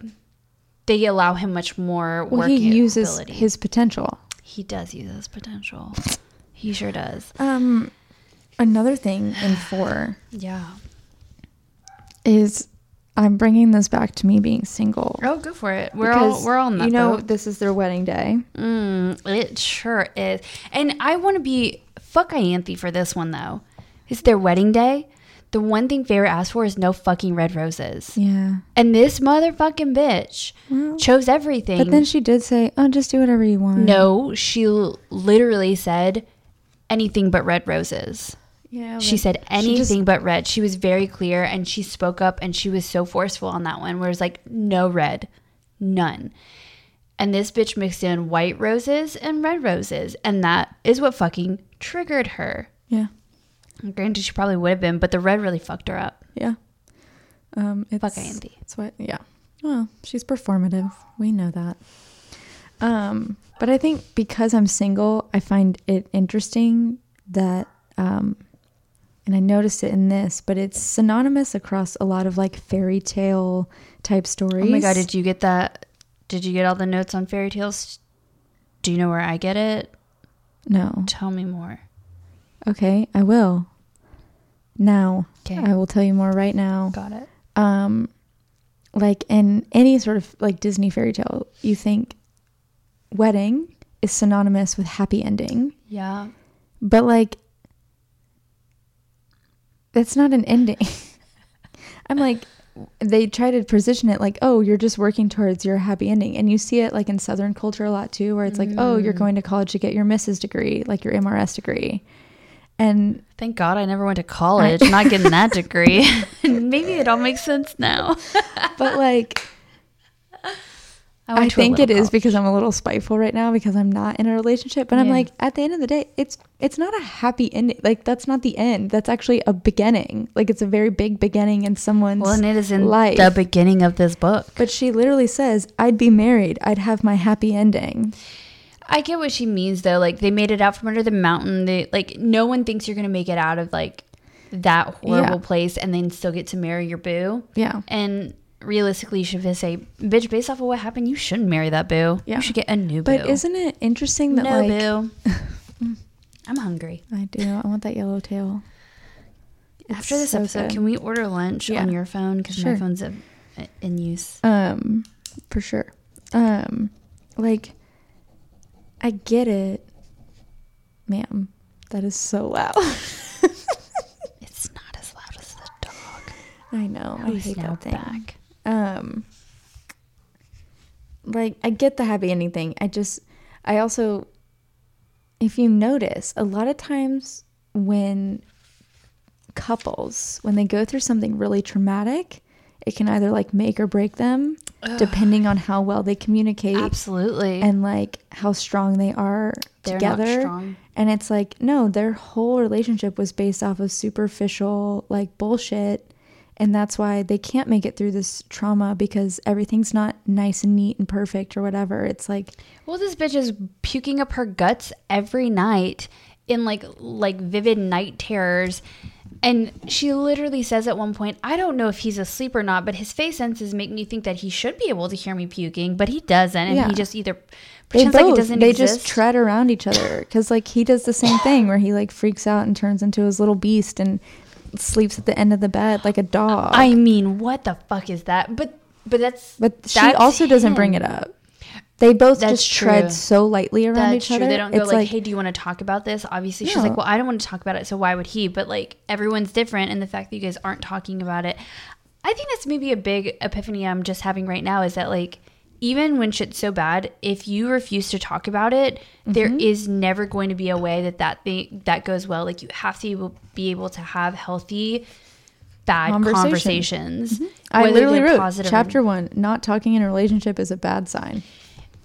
S2: they allow him much more
S1: Well,
S2: work
S1: he uses
S2: ability.
S1: his potential.
S2: he does use his potential he sure does
S1: Um, another thing in four
S2: yeah
S1: is I'm bringing this back to me being single.
S2: Oh, go for it. We're
S1: Because,
S2: all we're all in that
S1: You know,
S2: boat.
S1: this is their wedding day.
S2: Mm, it sure is. And I want to be fuck Ianthe for this one though. It's their wedding day. The one thing Farrah asked for is no fucking red roses.
S1: Yeah.
S2: And this motherfucking bitch chose everything.
S1: But then she did say, "Oh, just do whatever you want."
S2: no, she l- literally said anything but red roses.
S1: Yeah.
S2: Oh, She said
S1: she
S2: anything
S1: just-
S2: but red. She was very clear and she spoke up and she was so forceful on that one where it's like no red, none. And this bitch mixed in white roses and red roses and that is what fucking triggered her.
S1: Yeah.
S2: Granted, she probably would have been, but the red really fucked her up.
S1: Yeah. Um, it's,
S2: Fuck Andy.
S1: It's what. Yeah. Well, she's performative. We know that. Um, but I think because I'm single, I find it interesting that, um, and I noticed it in this, but it's synonymous across a lot of like fairy tale type stories.
S2: Oh my god, did you get that? Did you get all the notes on fairy tales? Do you know where I get it?
S1: no.
S2: Tell me more.
S1: Okay, I will. Now,
S2: Okay.
S1: I will tell you more right now.
S2: Got it.
S1: um like in any sort of like disney fairy tale you think wedding is synonymous with happy ending
S2: Yeah.
S1: but like that's not an ending i'm like they try to position it like oh you're just working towards your happy ending and you see it like in southern culture a lot too where it's like oh you're going to college to get your mrs degree like your mrs degree and
S2: Thank God I never went to college. not getting that degree. Maybe it all makes sense now.
S1: but like
S2: went
S1: I
S2: to a
S1: think it is
S2: little college.
S1: because I'm a little spiteful right now because I'm not in a relationship. But I'm
S2: Yeah.
S1: like, at the end of the day, it's it's not a happy ending. Like that's not the end. That's actually a beginning. Like it's a very big beginning in someone's
S2: Well, and it is in
S1: life.
S2: the beginning of this book.
S1: but she literally says, "I'd be married. I'd have my happy ending."
S2: I get what she means though. Like they made it out from under the mountain. They like no one thinks you're gonna make it out of like that horrible
S1: Yeah.
S2: place and then still get to marry your boo.
S1: Yeah.
S2: And realistically, you should just say, "Bitch, based off of what happened, you shouldn't marry that boo.
S1: Yeah.
S2: You should get a new boo."
S1: But isn't it interesting that
S2: no
S1: like
S2: boo? Mm. I'm hungry.
S1: I do. I want that yellow tail.
S2: After this
S1: so
S2: episode,
S1: good.
S2: can we order lunch
S1: Yeah.
S2: on your phone because
S1: Sure.
S2: my phone's in, in use?
S1: Um, for sure. Um, like, I get it, ma'am. That is so loud.
S2: It's not as loud as the dog.
S1: I know. I
S2: Who's
S1: hate
S2: now
S1: that thing. Um, like, I get the happy ending thing. I just, I also, if you notice, a lot of times when couples, when they go through something really traumatic, it can either like make or break them, depending on how well they communicate
S2: Absolutely.
S1: and like how strong they are
S2: They're not
S1: together.
S2: strong.
S1: And it's like, no, their whole relationship was based off of superficial like bullshit. And that's why they can't make it through this trauma because everything's not nice and neat and perfect or whatever. It's like,
S2: Well, this bitch is puking up her guts every night in like like vivid night terrors. And she literally says at one point, I don't know if he's asleep or not, but his face senses make me think that he should be able to hear me puking, but he doesn't. And
S1: Yeah.
S2: he just either
S1: they
S2: pretends like it
S1: both-
S2: doesn't
S1: they
S2: exist.
S1: just tread around each other because like he does the same thing where he like freaks out and turns into his little beast and sleeps at the end of the bed like a dog.
S2: I mean, what the fuck is that? But but that's
S1: But she
S2: that's
S1: also doesn't
S2: him.
S1: bring it up. They both
S2: That's
S1: just tread
S2: true.
S1: so lightly around
S2: That's
S1: each
S2: true.
S1: other.
S2: They don't go
S1: it's
S2: like, "Hey, do you want to talk about this?" Obviously, she's
S1: No.
S2: like, "Well, I don't want to talk about it, so why would he?" But like, everyone's different, and the fact that you guys aren't talking about it, I think that's maybe a big epiphany I'm just having right now. Is that like, even when shit's so bad, if you refuse to talk about it, there
S1: Mm-hmm.
S2: is never going to be a way that that thing that goes well. Like, you have to be able to have healthy. Bad
S1: Conversation. Mm-hmm.
S2: conversations.
S1: I
S2: whether
S1: literally
S2: they're
S1: wrote
S2: positive or
S1: chapter one. Not talking in a relationship is a bad sign.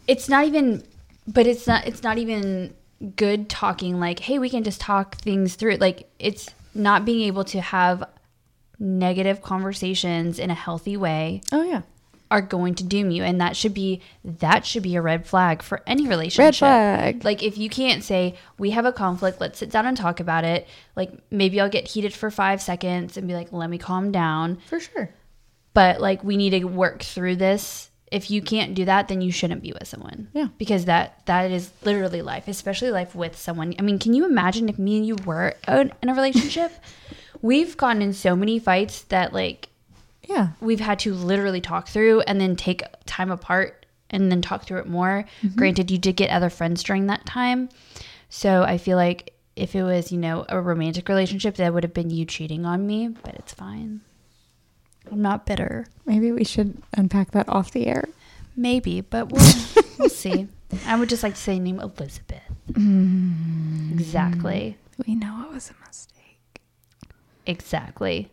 S2: it's not even but it's not it's not even good talking like hey we can just talk things through like it's not being able to have negative conversations in a healthy way
S1: Oh yeah,
S2: are going to doom you and that should be that should be a red flag for any relationship
S1: red flag.
S2: like if you can't say we have a conflict let's sit down and talk about it like maybe i'll get heated for five seconds and be like let me calm down
S1: for sure.
S2: but like we need to work through this if you can't do that then you shouldn't be with someone
S1: Yeah.
S2: because that that is literally life especially life with someone i mean can you imagine if me and you were in in a relationship we've gotten in so many fights that like
S1: Yeah.
S2: we've had to literally talk through and then take time apart and then talk through it more. Granted, you did get other friends during that time. So I feel like if it was, you know, a romantic relationship, that would have been you cheating on me, but it's fine. I'm not bitter.
S1: Maybe we should unpack that off the air.
S2: Maybe, but we'll, we'll see. I would just like to say name Elizabeth.
S1: Mm.
S2: Exactly.
S1: We know it was a mistake.
S2: Exactly.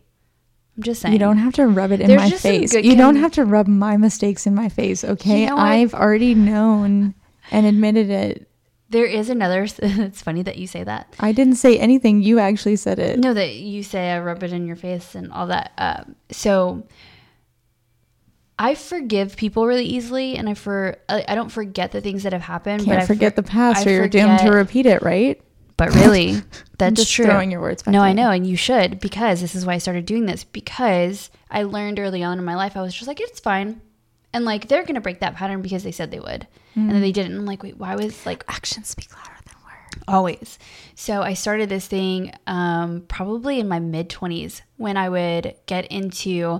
S2: I'm just saying.
S1: You don't have to rub it in
S2: There's
S1: my
S2: just some
S1: face.
S2: good
S1: You don't
S2: chem-
S1: have to rub my mistakes in my face, okay?
S2: You know what?
S1: I've already known and admitted it.
S2: There is another. It's funny that you say that.
S1: I didn't say anything. You actually said it.
S2: No, that you say I rub it in your face and all that. Um, so I forgive people really easily, and I for I I don't forget the things that have happened.
S1: Can't
S2: but
S1: forget
S2: I
S1: the past
S2: I
S1: or you're doomed to
S2: forget-
S1: repeat it, right?
S2: But really, that's
S1: Just
S2: true.
S1: throwing your words back
S2: No, I
S1: in.
S2: know, and you should because this is why I started doing this because I learned early on in my life I was just like it's fine, and like they're gonna break that pattern because they said they would, and then they didn't. Hmm. I'm like, wait, why was like
S1: Actions speak louder than words.
S2: always. So I started this thing um, probably in my mid 20s when I would get into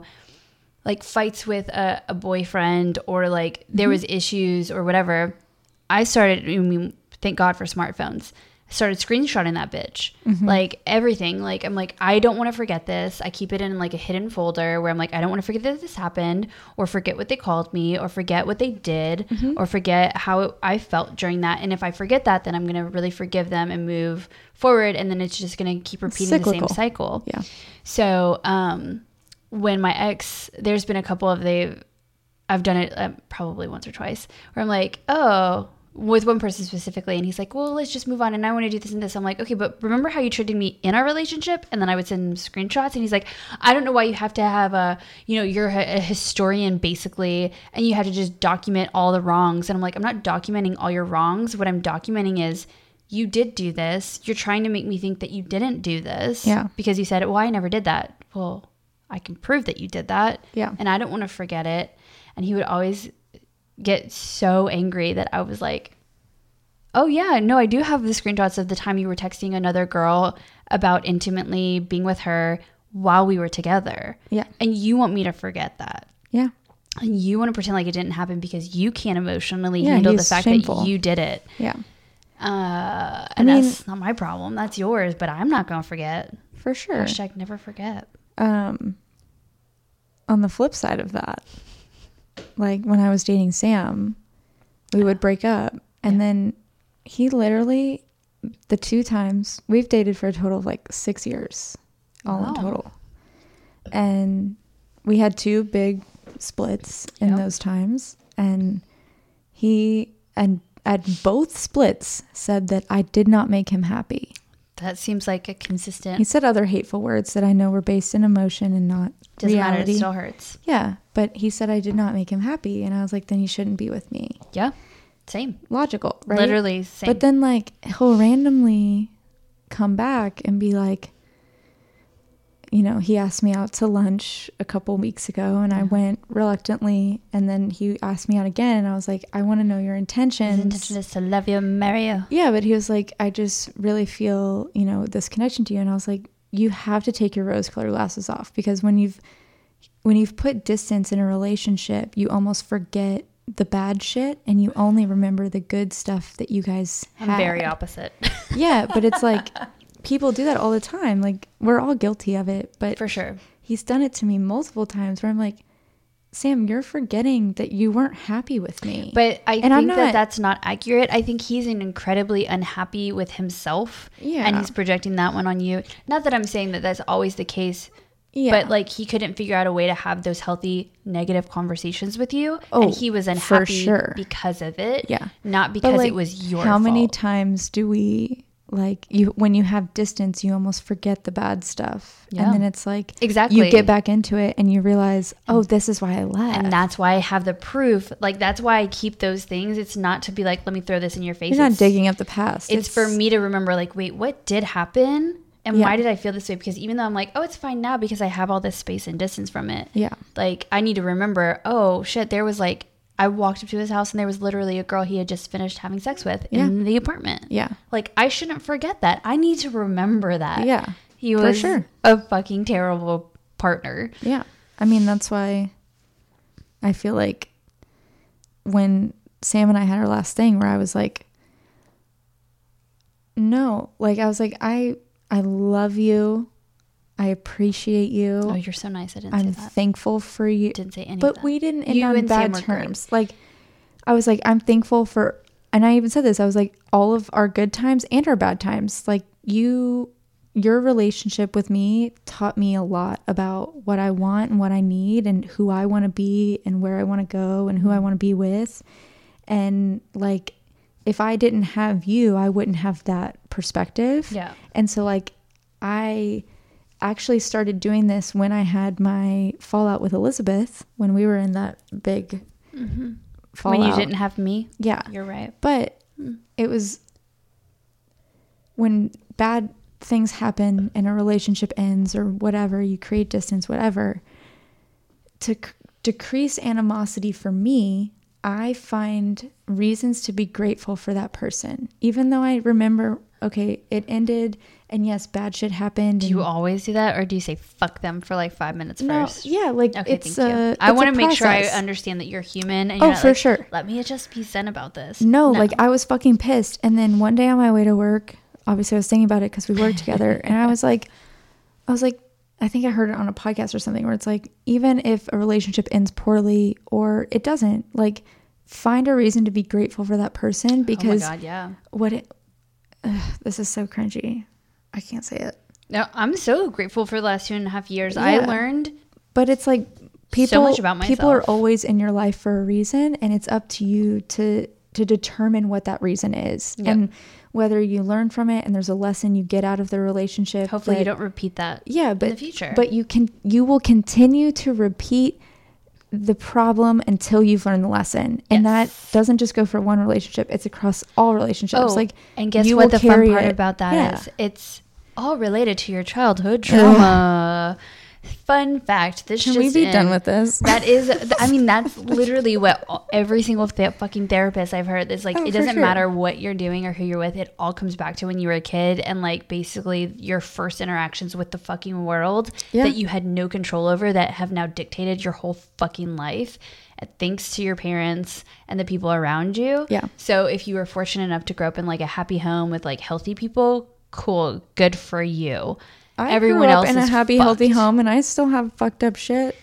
S2: like fights with a, a boyfriend or like there was issues or whatever. I started, I mean, thank God for smartphones. I started screenshotting that bitch. Like everything. Like I'm like, I don't want to forget this. I keep it in like a hidden folder where I'm like, I don't want to forget that this happened or forget what they called me or forget what they did or forget how it, I felt during that. And if I forget that, then I'm going to really forgive them and move forward. And then it's just going to keep repeating the
S1: Cyclical.
S2: same cycle.
S1: Yeah.
S2: So um, when my ex, there's been a couple of they, I've done it um, probably once or twice where I'm like, oh, with one person specifically, and he's like, well, let's just move on, and I want to do this and this. I'm like, okay, but remember how you treated me in our relationship? And then I would send him screenshots, and he's like, I don't know why you have to have a, you know, you're a a historian basically, and you have to just document all the wrongs. And I'm like, I'm not documenting all your wrongs. What I'm documenting is. You did do this. You're trying to make me think that you didn't do this
S1: Yeah.
S2: because you said, "Well, I never did that." Well, I can prove that you did that.
S1: Yeah.
S2: And I don't want to forget it. And he would always get so angry that I was like, "Oh yeah, no, I do have the screenshots of the time you were texting another girl about intimately being with her while we were together."
S1: Yeah.
S2: And you want me to forget that.
S1: Yeah.
S2: And you want to pretend like it didn't happen because you can't emotionally
S1: Yeah,
S2: handle the
S1: he's
S2: fact
S1: shameful.
S2: that you did it.
S1: Yeah.
S2: Uh, and
S1: mean-
S2: that's not my problem. That's yours, but I'm not going to forget.
S1: For sure.
S2: Hashtag never forget.
S1: um on the flip side of that like when i was dating sam we would break up and then he literally the two times we've dated for a total of like six years all in
S2: Wow.
S1: total and we had two big splits in
S2: Yep.
S1: those times and he and at both splits said that i did not make him happy
S2: That seems like a consistent.
S1: he said other hateful words that i know were based in emotion and not
S2: doesn't matter.
S1: reality
S2: It still hurts.
S1: yeah, but he said I did not make him happy, and I was like, then you shouldn't be with me.
S2: Yeah, same.
S1: Logical, right?
S2: Literally same.
S1: But then like he'll randomly come back and be like, you know, he asked me out to lunch a couple weeks ago, and I went reluctantly, and then he asked me out again, and I was like, I want to know your intentions.
S2: his intention is to love you, and marry you.
S1: Yeah, but he was like, I just really feel, you know, this connection to you. And I was like, you have to take your rose colored glasses off because when you've when you've put distance in a relationship, you almost forget the bad shit and you only remember the good stuff that you guys had.
S2: I'm very opposite.
S1: Yeah, but it's like people do that all the time. Like we're all guilty of it, but
S2: For sure.
S1: he's done it to me multiple times where I'm like, Sam, you're forgetting that you weren't happy with me.
S2: But I
S1: And
S2: think
S1: I'm
S2: that
S1: not-
S2: that's not accurate. I think he's an incredibly unhappy with himself. And
S1: Yeah.
S2: he's projecting that one on you. Not that I'm saying that that's always the case.
S1: Yeah.
S2: But like he couldn't figure out a way to have those healthy negative conversations with you,
S1: Oh,
S2: and he was
S1: for
S2: unhappy
S1: sure.
S2: because of it.
S1: Yeah.
S2: not
S1: But,
S2: because
S1: like,
S2: it was your.
S1: how many
S2: fault.
S1: times do we like you when you have distance you almost forget the bad stuff
S2: Yeah.
S1: and then it's like
S2: Exactly.
S1: you get back into it and you realize oh this is why i left
S2: and that's why I have the proof. Like that's why I keep those things. It's not to be like, let me throw this in your face.
S1: you're not
S2: it's,
S1: digging up the past
S2: It's, for me to remember, like, wait, what did happen, and
S1: Yeah.
S2: why did I feel this way? Because even though I'm like, oh, it's fine now because I have all this space and distance from it.
S1: yeah
S2: Like I need to remember. Oh shit, there was like I walked up to his house and there was literally a girl he had just finished having sex with in the apartment.
S1: yeah
S2: Like I shouldn't forget that. I need to remember that.
S1: yeah
S2: He
S1: for
S2: was
S1: sure.
S2: a fucking terrible partner.
S1: yeah I mean, that's why I feel like when Sam and I had our last thing where I was like, no, like I was like, I, I love you. I appreciate you.
S2: Oh, you're so nice. I didn't
S1: I'm
S2: say that.
S1: thankful for you.
S2: Didn't say any of
S1: But
S2: that.
S1: we didn't end
S2: You
S1: on
S2: and
S1: bad
S2: Sam were great.
S1: terms. Like, I was like, I'm thankful for, and I even said this. I was like, all of our good times and our bad times. Like you, your relationship with me taught me a lot about what I want and what I need, and who I want to be, and where I want to go, and who I want to be with. And like, if I didn't have you, I wouldn't have that perspective.
S2: Yeah.
S1: And so like I actually started doing this when I had my fallout with Elizabeth when we were in that big fallout.
S2: Mm-hmm. when you didn't have me,
S1: Yeah.
S2: you're right.
S1: But it was when bad things happen and a relationship ends or whatever, you create distance, whatever. To c- decrease animosity for me, I find reasons to be grateful for that person, even though I remember, okay, it ended, and yes, bad shit happened.
S2: Do
S1: and-
S2: you always do that, or do you say "fuck them" for like five minutes
S1: Mm-hmm. no,
S2: first?
S1: yeah, like
S2: Okay,
S1: it's
S2: thank
S1: a,
S2: you. I
S1: it's a
S2: want to make sure I
S1: process.
S2: understand that you're human. And
S1: Oh,
S2: you're not
S1: for
S2: like,
S1: sure.
S2: Let me just be zen about this. Oh
S1: No, like I was fucking pissed. And then one day on my way to work, obviously I was thinking about it because we worked together, and I was like, I was like, I think I heard it on a podcast or something where it's like, even if a relationship ends poorly or it doesn't, like, find a reason to be grateful for that person because
S2: oh my god, yeah.
S1: what it, ugh, this is so cringy. I can't say it,
S2: No, I'm so grateful for the last two and a half years.
S1: Yeah.
S2: I learned
S1: but it's like people
S2: much about
S1: people are
S2: myself.
S1: always in your life for a reason, and it's up to you to to determine what that reason is
S2: Yep.
S1: and whether you learn from it and there's a lesson you get out of the relationship.
S2: hopefully you
S1: that-
S2: don't repeat that.
S1: yeah, but
S2: the future.
S1: but you can you will continue to repeat the problem until you've learned the lesson, and that doesn't just go for one relationship; it's across all relationships. like,
S2: Oh, and guess
S1: you
S2: what
S1: will
S2: the fun
S1: carry
S2: part
S1: it.
S2: about that is?
S1: Yeah.
S2: It's all related to your childhood trauma. Fun fact, this
S1: Can
S2: just
S1: we be
S2: in.
S1: done with this?
S2: That is th- I mean that's literally what all- every single th- fucking therapist I've heard is like
S1: Oh,
S2: it
S1: for
S2: doesn't
S1: sure.
S2: matter what you're doing or who you're with it all comes back to when you were a kid and like basically your first interactions with the fucking world
S1: Yeah.
S2: that you had no control over that have now dictated your whole fucking life uh, thanks to your parents and the people around you.
S1: Yeah.
S2: So if you were fortunate enough to grow up in like a happy home with like healthy people, cool, good for you.
S1: I grew up in a
S2: is
S1: happy,
S2: fucked.
S1: healthy home, and I still have fucked up shit.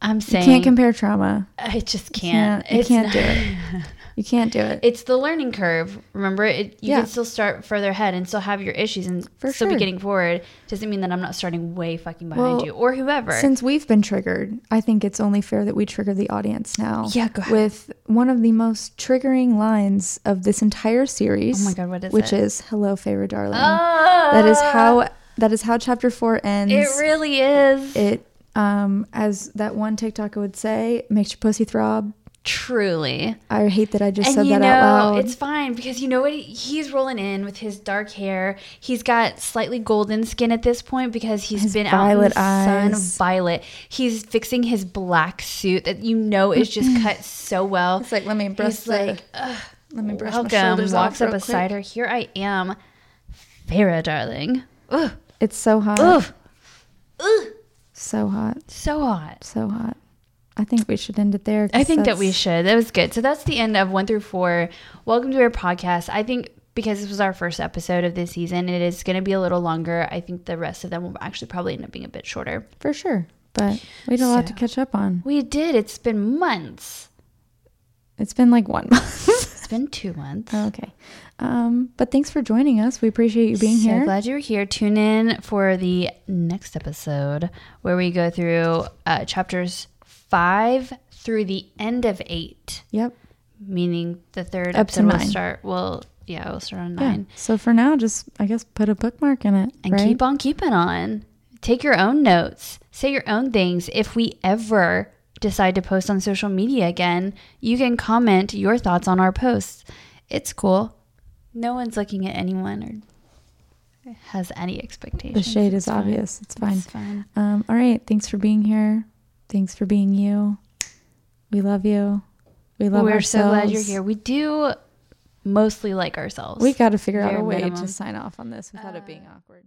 S2: I'm saying
S1: Can't compare trauma.
S2: I just can't.
S1: Can't, you
S2: It's
S1: can't
S2: not-
S1: do it. You can't do it.
S2: It's the learning curve. Remember, it, you
S1: Yeah.
S2: can still start further ahead and still have your issues and
S1: For
S2: still be
S1: sure.
S2: getting forward. Doesn't mean that I'm not starting way fucking behind
S1: Well,
S2: you or whoever.
S1: Since we've been triggered, I think it's only fair that we trigger the audience now.
S2: Yeah, go ahead.
S1: With one of the most triggering lines of this entire series.
S2: Oh my God, what is
S1: Which
S2: it? Oh.
S1: is "Hello, favorite darling." that is how that is how chapter four ends.
S2: Uh, it really is.
S1: It, um, as that one TikToker would say, makes your pussy throb.
S2: truly.
S1: I hate that I just said
S2: you
S1: that
S2: know,
S1: out loud.
S2: It's fine because you know what? He- He's rolling in with his dark hair. He's got slightly golden skin at this point because he's been
S1: violet
S2: out in the
S1: eyes.
S2: sun, violet. He's fixing his black suit that you know is just cut so well.
S1: It's like, let me brush
S2: He's
S1: the-
S2: like, "Ugh,
S1: Let me brush my
S2: welcome.
S1: shoulders
S2: Walks
S1: off
S2: up
S1: real
S2: beside
S1: quick.
S2: her. Here I am, Farah, darling. Ugh,
S1: It's so hot.
S2: ugh, ugh,
S1: So hot.
S2: so hot.
S1: So hot. I think we should end it there. 'cause
S2: I think that
S1: that's-
S2: we should. That was good. So that's the end of one through four. Welcome to our podcast. I think because this was our first episode of this season, it is going to be a little longer. I think the rest of them will actually probably end up being a bit shorter.
S1: For sure. But we had a lot to
S2: So-
S1: catch up on.
S2: We did. It's been months.
S1: It's been like one month.
S2: It's been two months.
S1: okay. Um, but thanks for joining us. We appreciate you being
S2: so
S1: here.
S2: glad you're here. Tune in for the next episode where we go through uh, chapters five through the end of eight,
S1: Yep.
S2: meaning the third
S1: Up to
S2: episode will
S1: nine.
S2: start. Well, yeah, it will start on
S1: Yeah.
S2: nine.
S1: So for now, just I guess put a bookmark in it.
S2: and
S1: right?
S2: keep on keeping on. Take your own notes, say your own things. If we ever decide to post on social media again, you can comment your thoughts on our posts. It's cool. No one's looking at anyone or has any expectations.
S1: the shade is
S2: It's fine.
S1: obvious. It's fine.
S2: It's fine.
S1: Um, all right. Thanks for being here. Thanks for being you. We love you. We love
S2: We're so glad you're
S1: ourselves.
S2: here. We do mostly like ourselves.
S1: We got to figure out
S2: Bare
S1: a way
S2: minimum. Uh,
S1: to sign off on this without it being awkward.